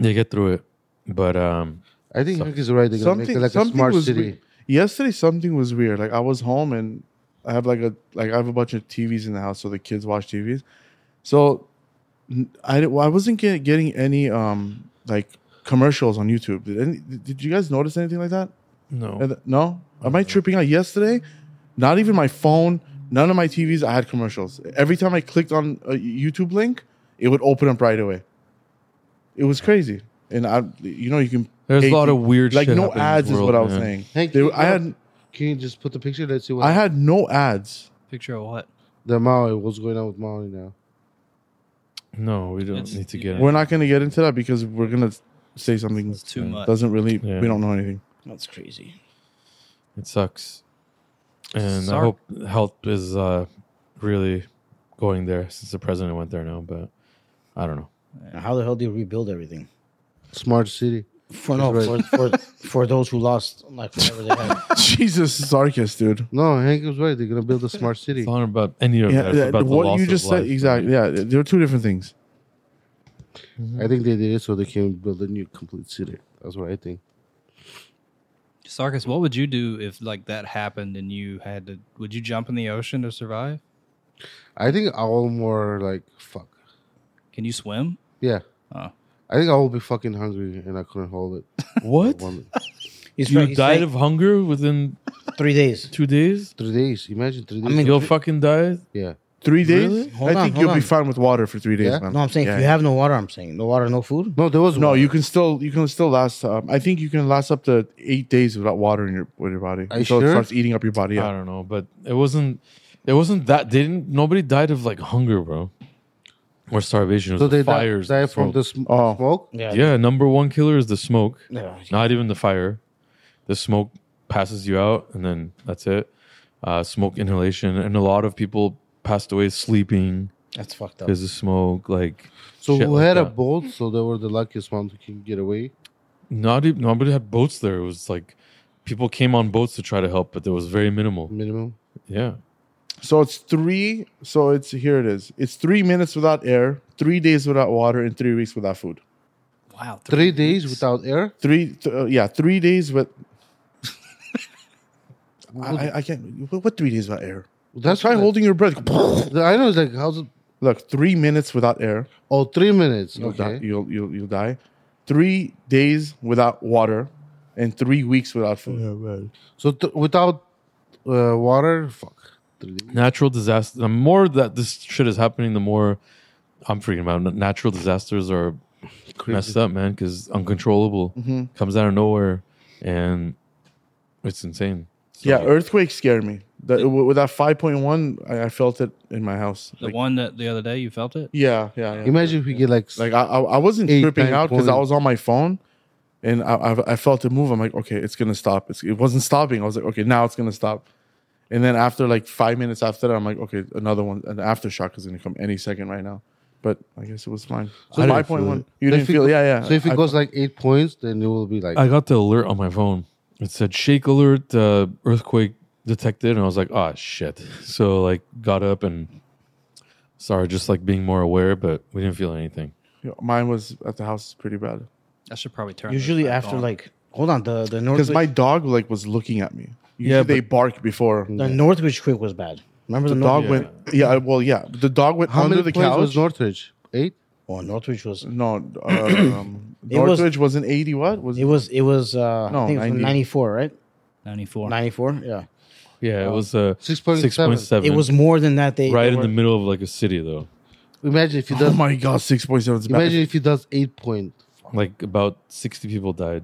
S1: they get through it. But um,
S3: I think Hank is right. They're gonna make it
S2: something
S3: like a
S2: something
S3: smart
S2: was
S3: city.
S2: weird. yesterday something was weird like i was home and i have like a like i have a bunch of tvs in the house so the kids watch tvs so n- i, di- well, I wasn't get, getting any um like commercials on youtube did, any, did you guys notice anything like that
S1: no,
S2: And- no am
S3: Uh-huh.
S2: i tripping out yesterday not even my phone none of my tvs i had commercials every time i clicked on a youtube link it would open up right away it was crazy and i you know you can
S1: there's a
S2: pay
S1: lot
S2: to-
S1: of weird
S2: like
S1: shit
S2: no
S1: happening in
S2: ads
S1: this
S2: is
S1: world,
S2: what I was
S1: man.
S2: saying.
S3: Hank,
S2: They-
S3: look
S2: I had
S3: up. Can you just put the picture? Let's see what
S2: I had no ads.
S6: picture of what
S3: the Maui. What's going on with Maui now?
S1: No, we don't
S6: It's-
S1: need to get.
S2: We're not going to get into that because we're going to say something
S6: it's too much
S2: doesn't really.
S1: Yeah.
S2: We don't know anything.
S4: That's crazy.
S1: It sucks. And I
S6: Sark-
S1: hope help is uh, really going there since the president went there now, but I don't know.
S4: Now, how the hell do you rebuild everything?
S3: Smart city.
S4: For no,
S3: Right.
S4: for, for, for those who lost, like whatever they had.
S2: Jesus, Sarkis, dude.
S3: No, Hank was right. They're gonna build a smart city.
S1: It's not about any of
S2: Yeah,
S1: that. It's
S2: that-
S1: about the
S2: what
S1: loss
S2: you
S1: of
S2: just said
S1: life.
S2: exactly. Yeah, there are two different things.
S3: I think they did it so they can build a new complete city. That's what I think.
S6: sarkis what would you do if like that happened and you had to would you jump in the ocean to survive
S3: I think I will more like fuck.
S6: can you swim
S3: Yeah.
S6: Oh.
S3: I think I will be fucking hungry and I couldn't hold it.
S1: What?
S3: One,
S4: He's
S1: You
S4: right, he's
S1: died
S4: like
S1: of hunger within
S4: three days.
S1: two days?
S3: three days. Imagine three days.
S4: mean,
S1: You'll fucking die?
S3: yeah.
S2: Three days.
S1: Really?
S4: Hold
S2: I
S4: on,
S2: think
S4: hold
S2: you'll be
S4: on.
S2: fine with water for three days,
S3: Yeah?
S2: man.
S4: No, I'm saying
S2: Yeah,
S4: if you
S2: yeah.
S4: have no water, I'm saying no water, no food.
S3: No, there was
S2: No,
S3: water.
S2: you can still you can still last. Um, I think you can last up to eight days without water in your with your body
S3: Are you
S2: until it
S3: sure?
S2: starts eating up your body.
S1: I
S2: Yeah.
S1: don't know, but it wasn't it wasn't that they didn't nobody died of like hunger, bro. Or starvation. It was
S3: So
S1: the
S3: they di-
S1: fires.
S3: die
S1: the
S3: from
S1: smoke.
S3: the sm-
S2: Oh.
S3: smoke.
S4: Yeah.
S1: Yeah, number one killer is the smoke.
S4: Yeah.
S1: Not even the fire. The smoke passes you out, and then that's it. Uh, smoke inhalation, and a lot of people passed away sleeping
S4: That's fucked up.
S1: because of smoke. Like,
S3: So
S1: shit
S3: who
S1: like
S3: had a
S1: that.
S3: boat? So they were the luckiest one who can get away.
S1: Not even nobody had boats there. It was like people came on boats to try to help, but there was very minimal.
S3: Minimum.
S1: Yeah,
S2: So it's three. So it's here. It is. It's three minutes without air, three days without water, and three weeks without food.
S6: wow
S3: Three days without air.
S2: three th- uh, yeah three days with I, I, I can't what, what three days without air
S3: That's
S2: try holding your breath
S3: I know it's like how's it?
S2: look three minutes without air
S3: Oh, three minutes.
S2: you'll,
S3: okay.
S2: die, you'll, you'll, you'll die three days without water and three weeks without food
S3: So th- without uh, water, fuck. Three days.
S1: natural disaster. The more that this shit is happening, the more I'm freaking out. N- Natural disasters are messed up, man, because uncontrollable comes out of nowhere, and it's insane. So-
S2: yeah earthquakes scare me That with that five point one, I, I felt it in my house.
S6: The
S2: Like,
S6: one that the other day you felt it.
S2: yeah, yeah, yeah.
S3: Imagine if we get like,
S2: Like I, I, I wasn't
S3: Eight,
S2: tripping
S3: nine
S2: out because I
S3: point.
S2: was on my phone, and I, I, I felt it move. I'm like, okay, it's gonna stop. It's, it wasn't stopping. I was like, okay, now it's gonna stop. And then after like five minutes after that, I'm like, okay, another one, an aftershock is gonna come any second right now. But I guess it was fine.
S3: I didn't
S2: five point one.
S3: feel it.
S2: You
S3: So
S2: didn't
S3: if it
S2: feel,
S3: go-
S2: yeah, yeah.
S3: so if it
S2: I-
S3: goes like eight points, then it will be like,
S1: I got the alert on my phone. It said shake alert, uh, earthquake detected, and I was like, ah, shit. So like, got up and started just like being more aware, but we didn't feel anything.
S2: mine was at the house pretty bad
S6: I should probably turn. those
S4: Usually
S6: back
S4: after
S6: on.
S4: like hold on the the North
S2: because my dog like was looking at me. Usually
S1: Yeah,
S2: they bark before.
S4: the Northridge quake was bad. Remember the,
S2: The
S4: North-
S2: dog went. Yeah, I- well, yeah. The dog went
S3: how
S2: under
S3: many
S2: the
S3: points
S2: couch.
S3: was Northridge? Eight?
S4: Oh, Northridge was
S2: no, uh, um,
S4: It was-
S2: Northridge was, an eighty. What was
S4: it was it was uh
S2: No,
S4: I think it was
S2: 90.
S4: 94, right?
S6: ninety four.
S4: 94, yeah.
S1: Yeah, it was uh,
S3: 6.7.
S1: six point seven.
S4: It was more than that they
S1: right
S4: they
S1: in
S4: were-
S1: the middle of like a city, though,
S3: Imagine if he
S2: Oh
S3: does.
S2: my god, six point seven.
S3: imagine if he does eight point.
S1: like about sixty people died.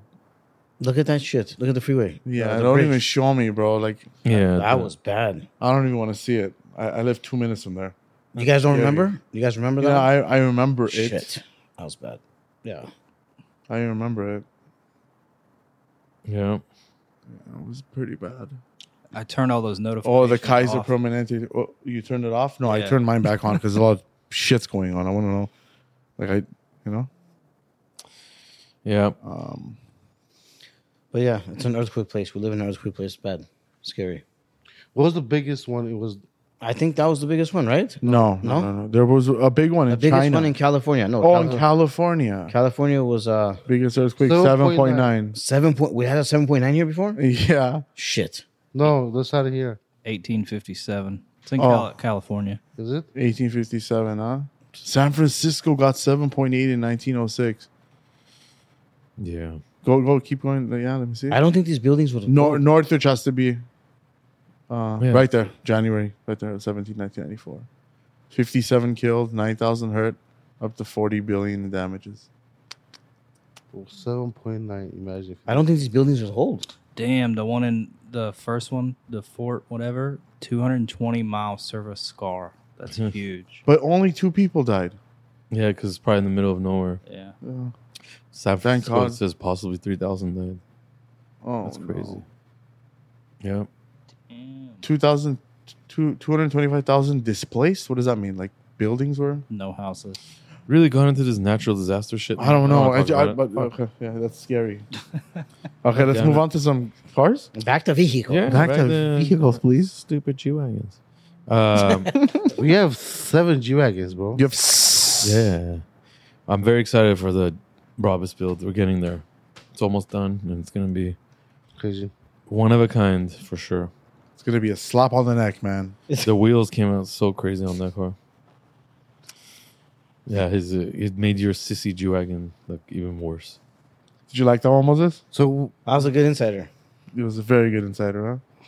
S4: Look at that shit. Look at the freeway.
S2: Yeah,
S4: Uh, the
S2: don't
S4: bridge.
S2: even show me, bro. Like
S1: Yeah,
S4: That was bad.
S2: I don't even want to see it. I, I live two minutes from there.
S4: You guys don't
S2: scary.
S4: remember? You guys remember that?
S2: Yeah, I, I remember it.
S4: shit. That was bad. Yeah.
S2: I remember it.
S1: yeah.
S2: It was pretty bad.
S6: I turned all those notifications.
S2: Oh, the Kaiser
S6: off.
S2: Permanente. Oh, you turned it off? No, I
S6: Yeah.
S2: turned mine back on because a lot of shit's going on. I want to know, like I, you know,
S1: Yeah,
S2: um,
S4: But yeah, it's an earthquake place. We live in an earthquake place. Bad. Scary.
S3: What was the biggest one? It was
S4: I think that was the biggest one, right?
S2: no,
S4: No?
S2: no, no, no. There was a big one
S4: The
S2: in
S4: biggest
S2: China.
S4: one in California. No,
S2: oh,
S4: Cali-
S2: in California,
S4: California was uh
S2: biggest earthquake,
S3: So
S2: seven point nine.
S4: seven point. We had a seven point nine here before.
S2: Yeah,
S4: Shit.
S3: no this side of here.
S6: 1857. It's in
S2: Oh.
S6: Cal- California.
S3: Is it?
S2: eighteen fifty seven. Huh? San Francisco got seven point eight in nineteen oh six.
S1: yeah.
S2: Go, go, keep going. Yeah, let me see.
S4: I don't think these buildings would.
S2: Nor- Northridge has to be uh,
S1: Yeah.
S2: right there, January, right there, 17, 1994. 57 killed, 9,000 hurt, up to 40 billion in damages.
S3: Seven point nine. Imagine. If
S4: I don't think these buildings would hold.
S6: Damn, the one in the first one, the fort, whatever, 220 mile service scar. That's huge.
S2: But only two people died.
S1: Yeah, because it's probably in the middle of nowhere.
S6: Yeah.
S2: Uh,
S1: San
S2: Thank
S1: Francisco it
S2: God.
S1: says possibly three thousand died.
S2: oh,
S1: That's
S2: no.
S1: crazy. Yeah,
S2: 2,000 two- 225,000 displaced? What does that mean? Like buildings were?
S6: No houses.
S1: really got into this natural disaster shit.
S2: I don't know. I,
S1: wanna talk
S2: I-
S1: about it.
S2: but, Oh, okay, yeah, that's scary. Okay, let's
S1: Damn
S2: move
S1: it.
S2: on to some cars.
S4: Back to vehicle.
S1: Yeah,
S2: Back to vehicles, please.
S1: Stupid G wagons. Um,
S3: we have seven G wagons, bro.
S2: You have
S1: yeah, I'm very excited for the Brabus build. We're getting there. It's almost done, and it's gonna be
S3: Crazy.
S1: one of a kind for sure.
S2: It's going to be a slap on the neck, man.
S1: The wheels came out so crazy on that car. Yeah, his uh, it made your sissy G wagon look even worse.
S2: Did you like that one, Moses?
S3: So
S4: I was a good insider.
S2: It was a very good insider, huh?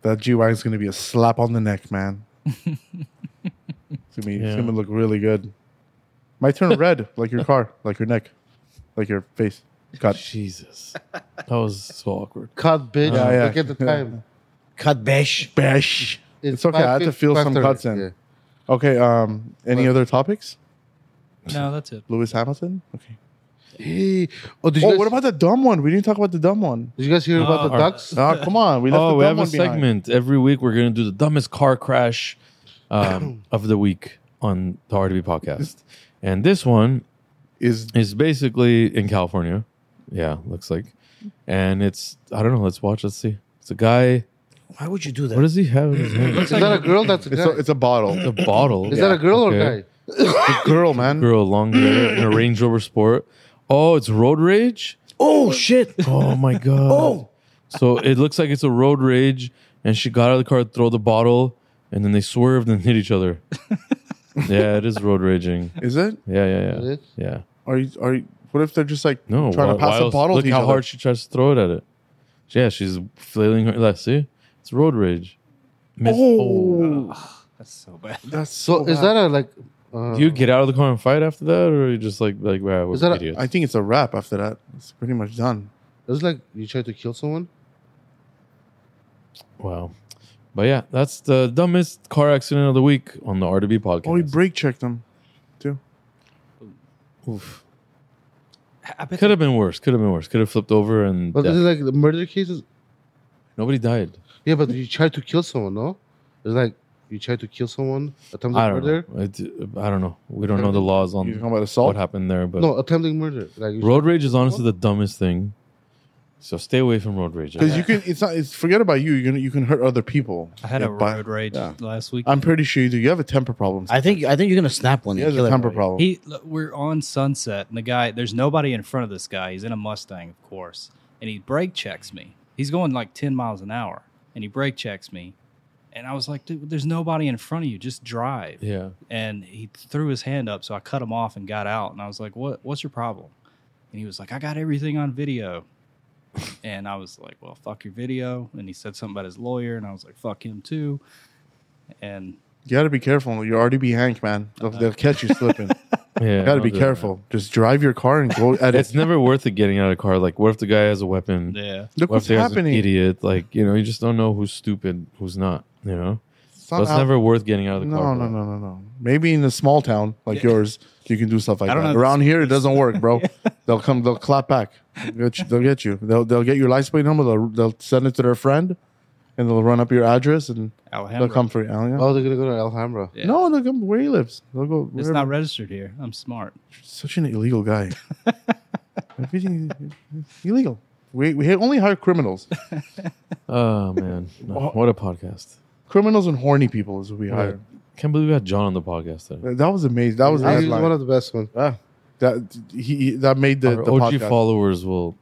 S2: That G Wagon's gonna be a slap on the neck, man. it's, gonna be, it's
S1: Yeah.
S2: gonna look really good. Might turn red, like your car, like your neck, like your face. God.
S1: Jesus, that was so awkward.
S3: cut, bitch.
S2: Yeah, yeah.
S3: Look at the time.
S4: Cut bash.
S2: Bash. It's okay, I had to
S3: 5:50,
S2: feel some
S3: 5:30.
S2: cuts in. Okay, um, any
S3: What?
S2: other topics?
S6: No, that's it.
S2: Lewis Hamilton? Okay.
S3: Yeah. Hey. Oh, did you,
S2: Oh,
S3: guys,
S2: what about the dumb one? We didn't talk about the dumb one.
S3: did you guys hear about the
S1: Oh.
S3: ducks?
S2: Ah, come on. We left
S1: oh,
S2: the
S1: we have
S2: dumb
S1: a
S2: one behind.
S1: segment every week. We're gonna do the dumbest car crash um, of the week on the RDB podcast, and this one
S2: Is
S1: is basically in California. Yeah, looks like, and it's I don't know. Let's watch. Let's see. It's a guy.
S4: Why would you do that?
S1: What does he have in his hand?
S3: Is that a girl? That's a guy.
S2: it's a, it's a bottle.
S1: It's a bottle.
S3: Is that a girl or
S1: Okay.
S3: a guy?
S2: It's a girl, man.
S1: Girl, long hair, in a Range Rover Sport. Oh, it's road rage.
S4: oh shit.
S1: Oh my god.
S4: Oh.
S1: So it looks like it's a road rage, and she got out of the car, throw the bottle, and then they swerved and hit each other. yeah, it is road raging.
S2: Is it?
S1: Yeah, yeah,
S3: Is
S1: yeah.
S3: it?
S1: Yeah.
S2: Are you are you, what if they're just like
S1: No.
S2: trying
S1: why-
S2: to pass
S1: why
S2: a
S1: else-
S2: bottle
S1: Look
S2: to each
S1: how
S2: other?
S1: hard she tries to throw it at it. Yeah, she's flailing her. Like, see, it's road rage. Miss-
S2: Oh,
S6: That's so bad.
S2: that's so.
S3: So is that a like? Uh,
S1: Do you get out of the car and fight after that, or are you just like like wow, we're
S3: Is that a-
S1: idiots?
S2: I think it's a wrap after that. It's pretty much done.
S3: uh, It's like you try to kill someone.
S1: wow. But yeah, that's the dumbest car accident of the week on the RDB podcast.
S2: Oh, he brake checked him, too.
S6: I bet
S1: could have been worse. Could have been worse. Could have flipped over and
S3: But
S1: death.
S3: is it like the murder cases?
S1: nobody died.
S3: Yeah, but you tried to kill someone, no? It's like you tried to kill someone, attempted
S1: I don't
S3: murder.
S1: know. I, d- I don't know. We don't know the laws
S2: You talking
S1: on
S2: about
S1: Um, what
S2: assault?
S1: happened there, but
S3: No, attempting murder. Like you
S1: road rage is honestly the dumbest thing. So stay away from road rage.
S2: Because you can, it's not, it's forget about you. You can, you can hurt other people.
S6: I had a
S2: Yeah, but-
S6: road rage
S2: yeah.
S6: last week.
S2: I'm pretty sure you do. You have a temper problem.
S4: I think I think you're gonna snap one.
S2: He
S4: and
S2: has
S4: kill
S2: a temper
S4: everybody.
S2: problem.
S6: He, look, we're on Sunset, and the guy, there's nobody in front of this guy. He's in a Mustang, of course, and he brake checks me. He's going like 10 miles an hour, and he brake checks me. And I was like, dude, there's nobody in front of you. Just drive.
S1: yeah.
S6: And he threw his hand up, so I cut him off and got out. And I was like, what? What's your problem? And he was like, I got everything on video. and I was like, well, fuck your video. And he said something about his lawyer, and I was like, fuck him too. And
S2: You got to be careful. You're already behind, man. They'll,
S6: Uh-huh.
S2: they'll catch you slipping. you
S1: Yeah.
S2: got to
S1: don't
S2: be
S1: do that.
S2: careful. Just drive your car and go at
S1: It's
S2: it.
S1: never worth it getting out of the car. Like, what if the guy has a weapon?
S6: yeah,
S1: What
S2: Look what's
S1: if there's an
S2: happening.
S1: idiot? Like, you know, you just don't know who's stupid, who's not. You know,
S2: It's
S1: so
S2: not
S1: it's
S2: out-
S1: never worth getting out of the
S2: No,
S1: car.
S2: no,
S1: for.
S2: no, no, no. Maybe in a small town like yours, you can do stuff like
S6: I don't
S2: that.
S6: know.
S2: Around here, it doesn't work, bro. They'll come. They'll clap back. They'll get you. They'll get, you. They'll, they'll get your license plate number. They'll, they'll send it to their friend, and they'll run up your address, and
S6: Alhambra.
S2: they'll come for you. Oh, yeah.
S3: Oh, they're gonna go to Alhambra.
S6: Yeah.
S2: No, they'll come where he lives. They'll go.
S6: It's
S2: wherever.
S6: not registered here. I'm smart.
S2: Such an illegal guy. Everything illegal. We we only hire criminals.
S1: Oh man, No, what a podcast!
S2: criminals and horny people is what we hire.
S1: Can't believe we had John on the podcast today.
S2: That was amazing. That was the
S3: That was
S2: headline.
S3: Ah, one of the best ones.
S1: Ah.
S2: that he he- that made the,
S1: Our
S2: the
S1: OG
S2: podcast.
S1: followers will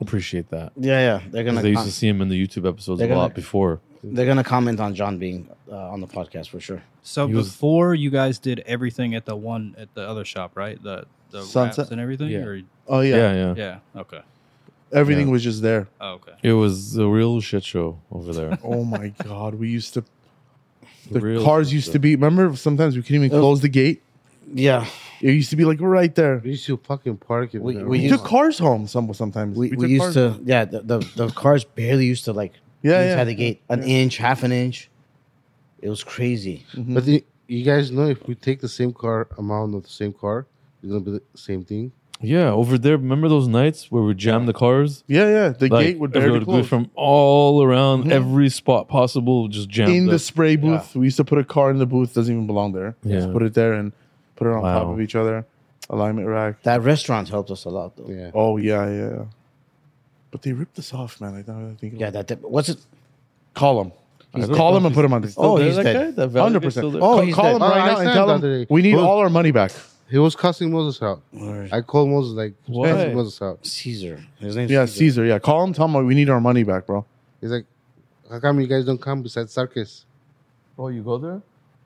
S1: appreciate that.
S4: Yeah, yeah. They're
S1: 'Cause
S4: gonna
S1: they used
S4: com-
S1: to see him in the YouTube episodes a
S4: They're gonna-
S1: lot before.
S4: they're gonna comment on John being uh, on the podcast for sure.
S6: So
S1: He was-
S6: before you guys did everything at the one at the other shop, right? The the
S2: Sunset?
S6: wraps and everything.
S1: Yeah.
S6: Or,
S2: Oh yeah,
S1: Yeah, yeah.
S6: yeah. Okay.
S2: everything
S1: Yeah.
S2: was just there.
S6: Oh, okay.
S1: It was a real shit show over there.
S2: Oh my god, we used to the
S1: Real
S2: cars
S1: shit
S2: used
S1: show.
S2: to be. Remember, sometimes we couldn't even
S4: Oh.
S2: close the gate.
S4: Yeah,
S2: It used to be like right there.
S3: We used to fucking park it.
S4: We-
S3: there.
S4: we
S2: We
S4: used-
S2: took cars home some sometimes.
S4: we, we,
S2: took
S4: used
S2: cars-
S4: to. Yeah, the, the the cars barely used to like
S2: Yeah,
S4: inside
S2: yeah.
S4: the gate an inch, half an inch. It was crazy.
S2: Mm.
S3: But the, you guys know if we take the same car amount of the same car, it's gonna be the same thing.
S1: yeah, over there. Remember those nights where we jammed the cars?
S2: Yeah, yeah. The
S1: Like,
S2: gate would
S1: everyone
S2: barely
S1: go
S2: close.
S1: from all around every spot possible. Just jammed
S2: in the
S1: up.
S2: spray booth. We used to put a car in the booth. Doesn't even belong there.
S1: Yeah.
S2: Just put it there and put it on top
S1: Wow.
S2: of each other. Alignment rack.
S4: That restaurant helped us a lot though.
S3: Yeah.
S2: Oh yeah, yeah. But they ripped us off, man. I don't really think.
S4: Yeah, that, that what's it?
S2: call him.
S1: I don't
S2: Call
S1: know
S2: him
S1: if
S2: and put him on this.
S4: Oh,
S1: Still
S4: he's
S1: there, that
S4: dead.
S1: guy? That Valley
S2: Hundred
S1: guy's
S2: percent.
S1: still there?
S2: Oh,
S4: Oh, he's
S2: call
S4: dead.
S2: him
S3: Oh, I
S2: right now and
S3: signed
S2: tell
S3: that
S2: him
S3: today.
S2: we need
S3: Well-
S2: all our money back.
S3: He was cussing Moses out.
S4: Word.
S3: I called Moses like
S1: Why?
S3: cussing Moses out.
S4: Caesar. His name's
S2: Yeah, Caesar. Yeah, call him. Tell him we need our money back, bro.
S3: He's like, how come you guys don't come besides Sarkis?
S1: Oh, you go there?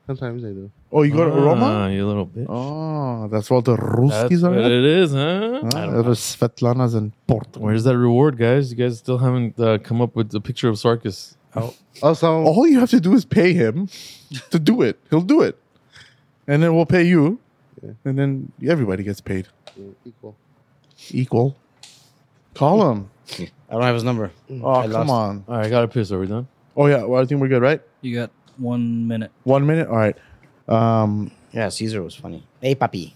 S3: Sometimes I do.
S2: Oh, you go to Roma?
S1: Ah, you little bitch.
S2: Oh, that's what the
S1: That's
S2: Ruskies
S1: what
S2: are. at?
S1: it is, huh?
S2: Ah, it was Svetlanas in Porto.
S1: Where's that reward, guys? You guys still haven't uh, come up with the picture of Sarkis.
S3: Also,
S2: All you have to do is pay him to do it. He'll do it, and then we'll pay you, and then everybody gets paid
S3: equal.
S2: equal. Call him.
S4: I don't have his number.
S2: Oh,
S4: Mm. I
S2: come
S4: lost-
S2: on.
S1: All right, I got to piss. Are we done?
S2: Oh yeah. Well, I think we're good, right?
S6: You got one minute.
S2: One minute. All right. Um,
S4: Yeah, Caesar was funny. Hey, papi.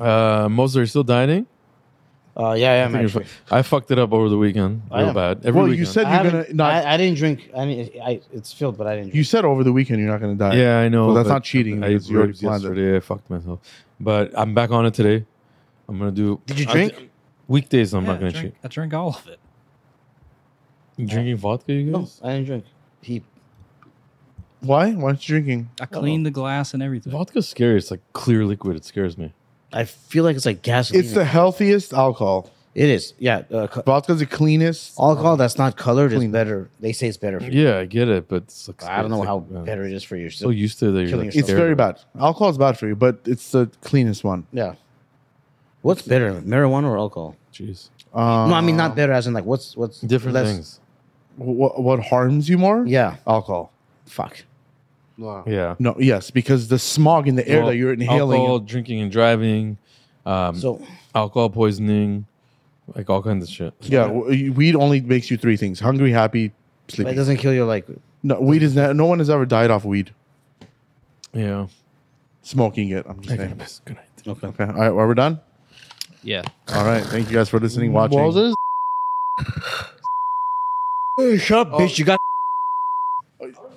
S1: Uh, Moser, are you still dining?
S4: Uh, yeah, yeah,
S1: I,
S4: I'm
S1: think you're
S4: actually-
S1: fu- I fucked it up over the weekend,
S4: I
S1: real
S4: am.
S1: bad. Every
S2: well,
S1: weekend.
S2: you said
S4: I,
S2: you're
S4: haven't-
S2: gonna not.
S4: I, I didn't drink. I mean, I it's filled, but I didn't. Drink.
S2: you said over the weekend you're not gonna die.
S1: yeah, I know.
S2: Well, that's
S1: but
S2: not cheating.
S1: I
S2: because you already
S1: ripped
S2: planned it.
S1: yesterday. I fucked myself, but I'm back on it today. I'm gonna do.
S4: Did you
S1: I-
S4: drink?
S1: weekdays? I'm
S6: Yeah,
S1: not gonna
S6: I drank, I drank all of it.
S1: cheat. Drinking vodka, you
S4: no,
S1: guys?
S4: I didn't drink. He
S2: Why? Why aren't you drinking?
S6: I cleaned the glass and everything.
S1: Vodka's scary. It's like clear liquid. It scares me.
S4: I feel like it's like gasoline.
S2: It's the healthiest alcohol.
S4: it is. Yeah. Uh, co-
S2: Vodka's the cleanest.
S4: alcohol that's not colored is
S2: Clean.
S4: better. They say it's better. For you.
S1: Yeah, I get it, but it's like
S4: I don't
S1: it's
S4: know
S1: like,
S4: how
S1: man,
S4: better it is for Oh, you.
S1: So used to that. You're
S4: Killing
S1: like,
S4: yourself.
S2: It's
S1: scared
S2: very
S1: of it.
S2: bad. Alcohol is bad for you, but it's the cleanest one.
S4: yeah. What's better, marijuana or alcohol?
S1: Jeez,
S2: Um,
S4: no, I mean not better as in like what's what's
S1: different
S4: less-
S1: things.
S2: What, what harms you more?
S4: Yeah.
S2: Alcohol.
S4: Fuck.
S3: Wow.
S1: Yeah,
S2: No. Yes, because the smog in the air
S1: Well,
S2: that you're inhaling.
S1: alcohol, drinking and driving, um,
S4: So
S1: alcohol poisoning, like all kinds of shit.
S2: Yeah. w- Weed only makes you three things: hungry, happy,
S4: but it
S2: sleepy.
S4: doesn't kill your like
S2: No, weed is not, no one has ever died off weed
S1: Yeah.
S2: smoking it. I'm just
S1: I gotta
S2: saying.
S1: piss. Good night.
S4: Okay.
S2: Okay. All right. Well, we're done.
S6: Yeah.
S2: All right. Thank you guys for listening, watching.
S3: What was this?
S4: Hey, shut up, bitch. You got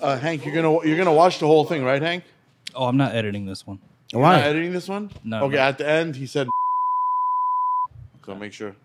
S2: Uh, Hank, you're gonna you're gonna watch the whole thing, right, Hank?
S6: Oh, I'm not editing this one.
S2: You're not
S4: why?
S2: editing this one?
S6: No.
S2: okay. At the end, he said. So make sure.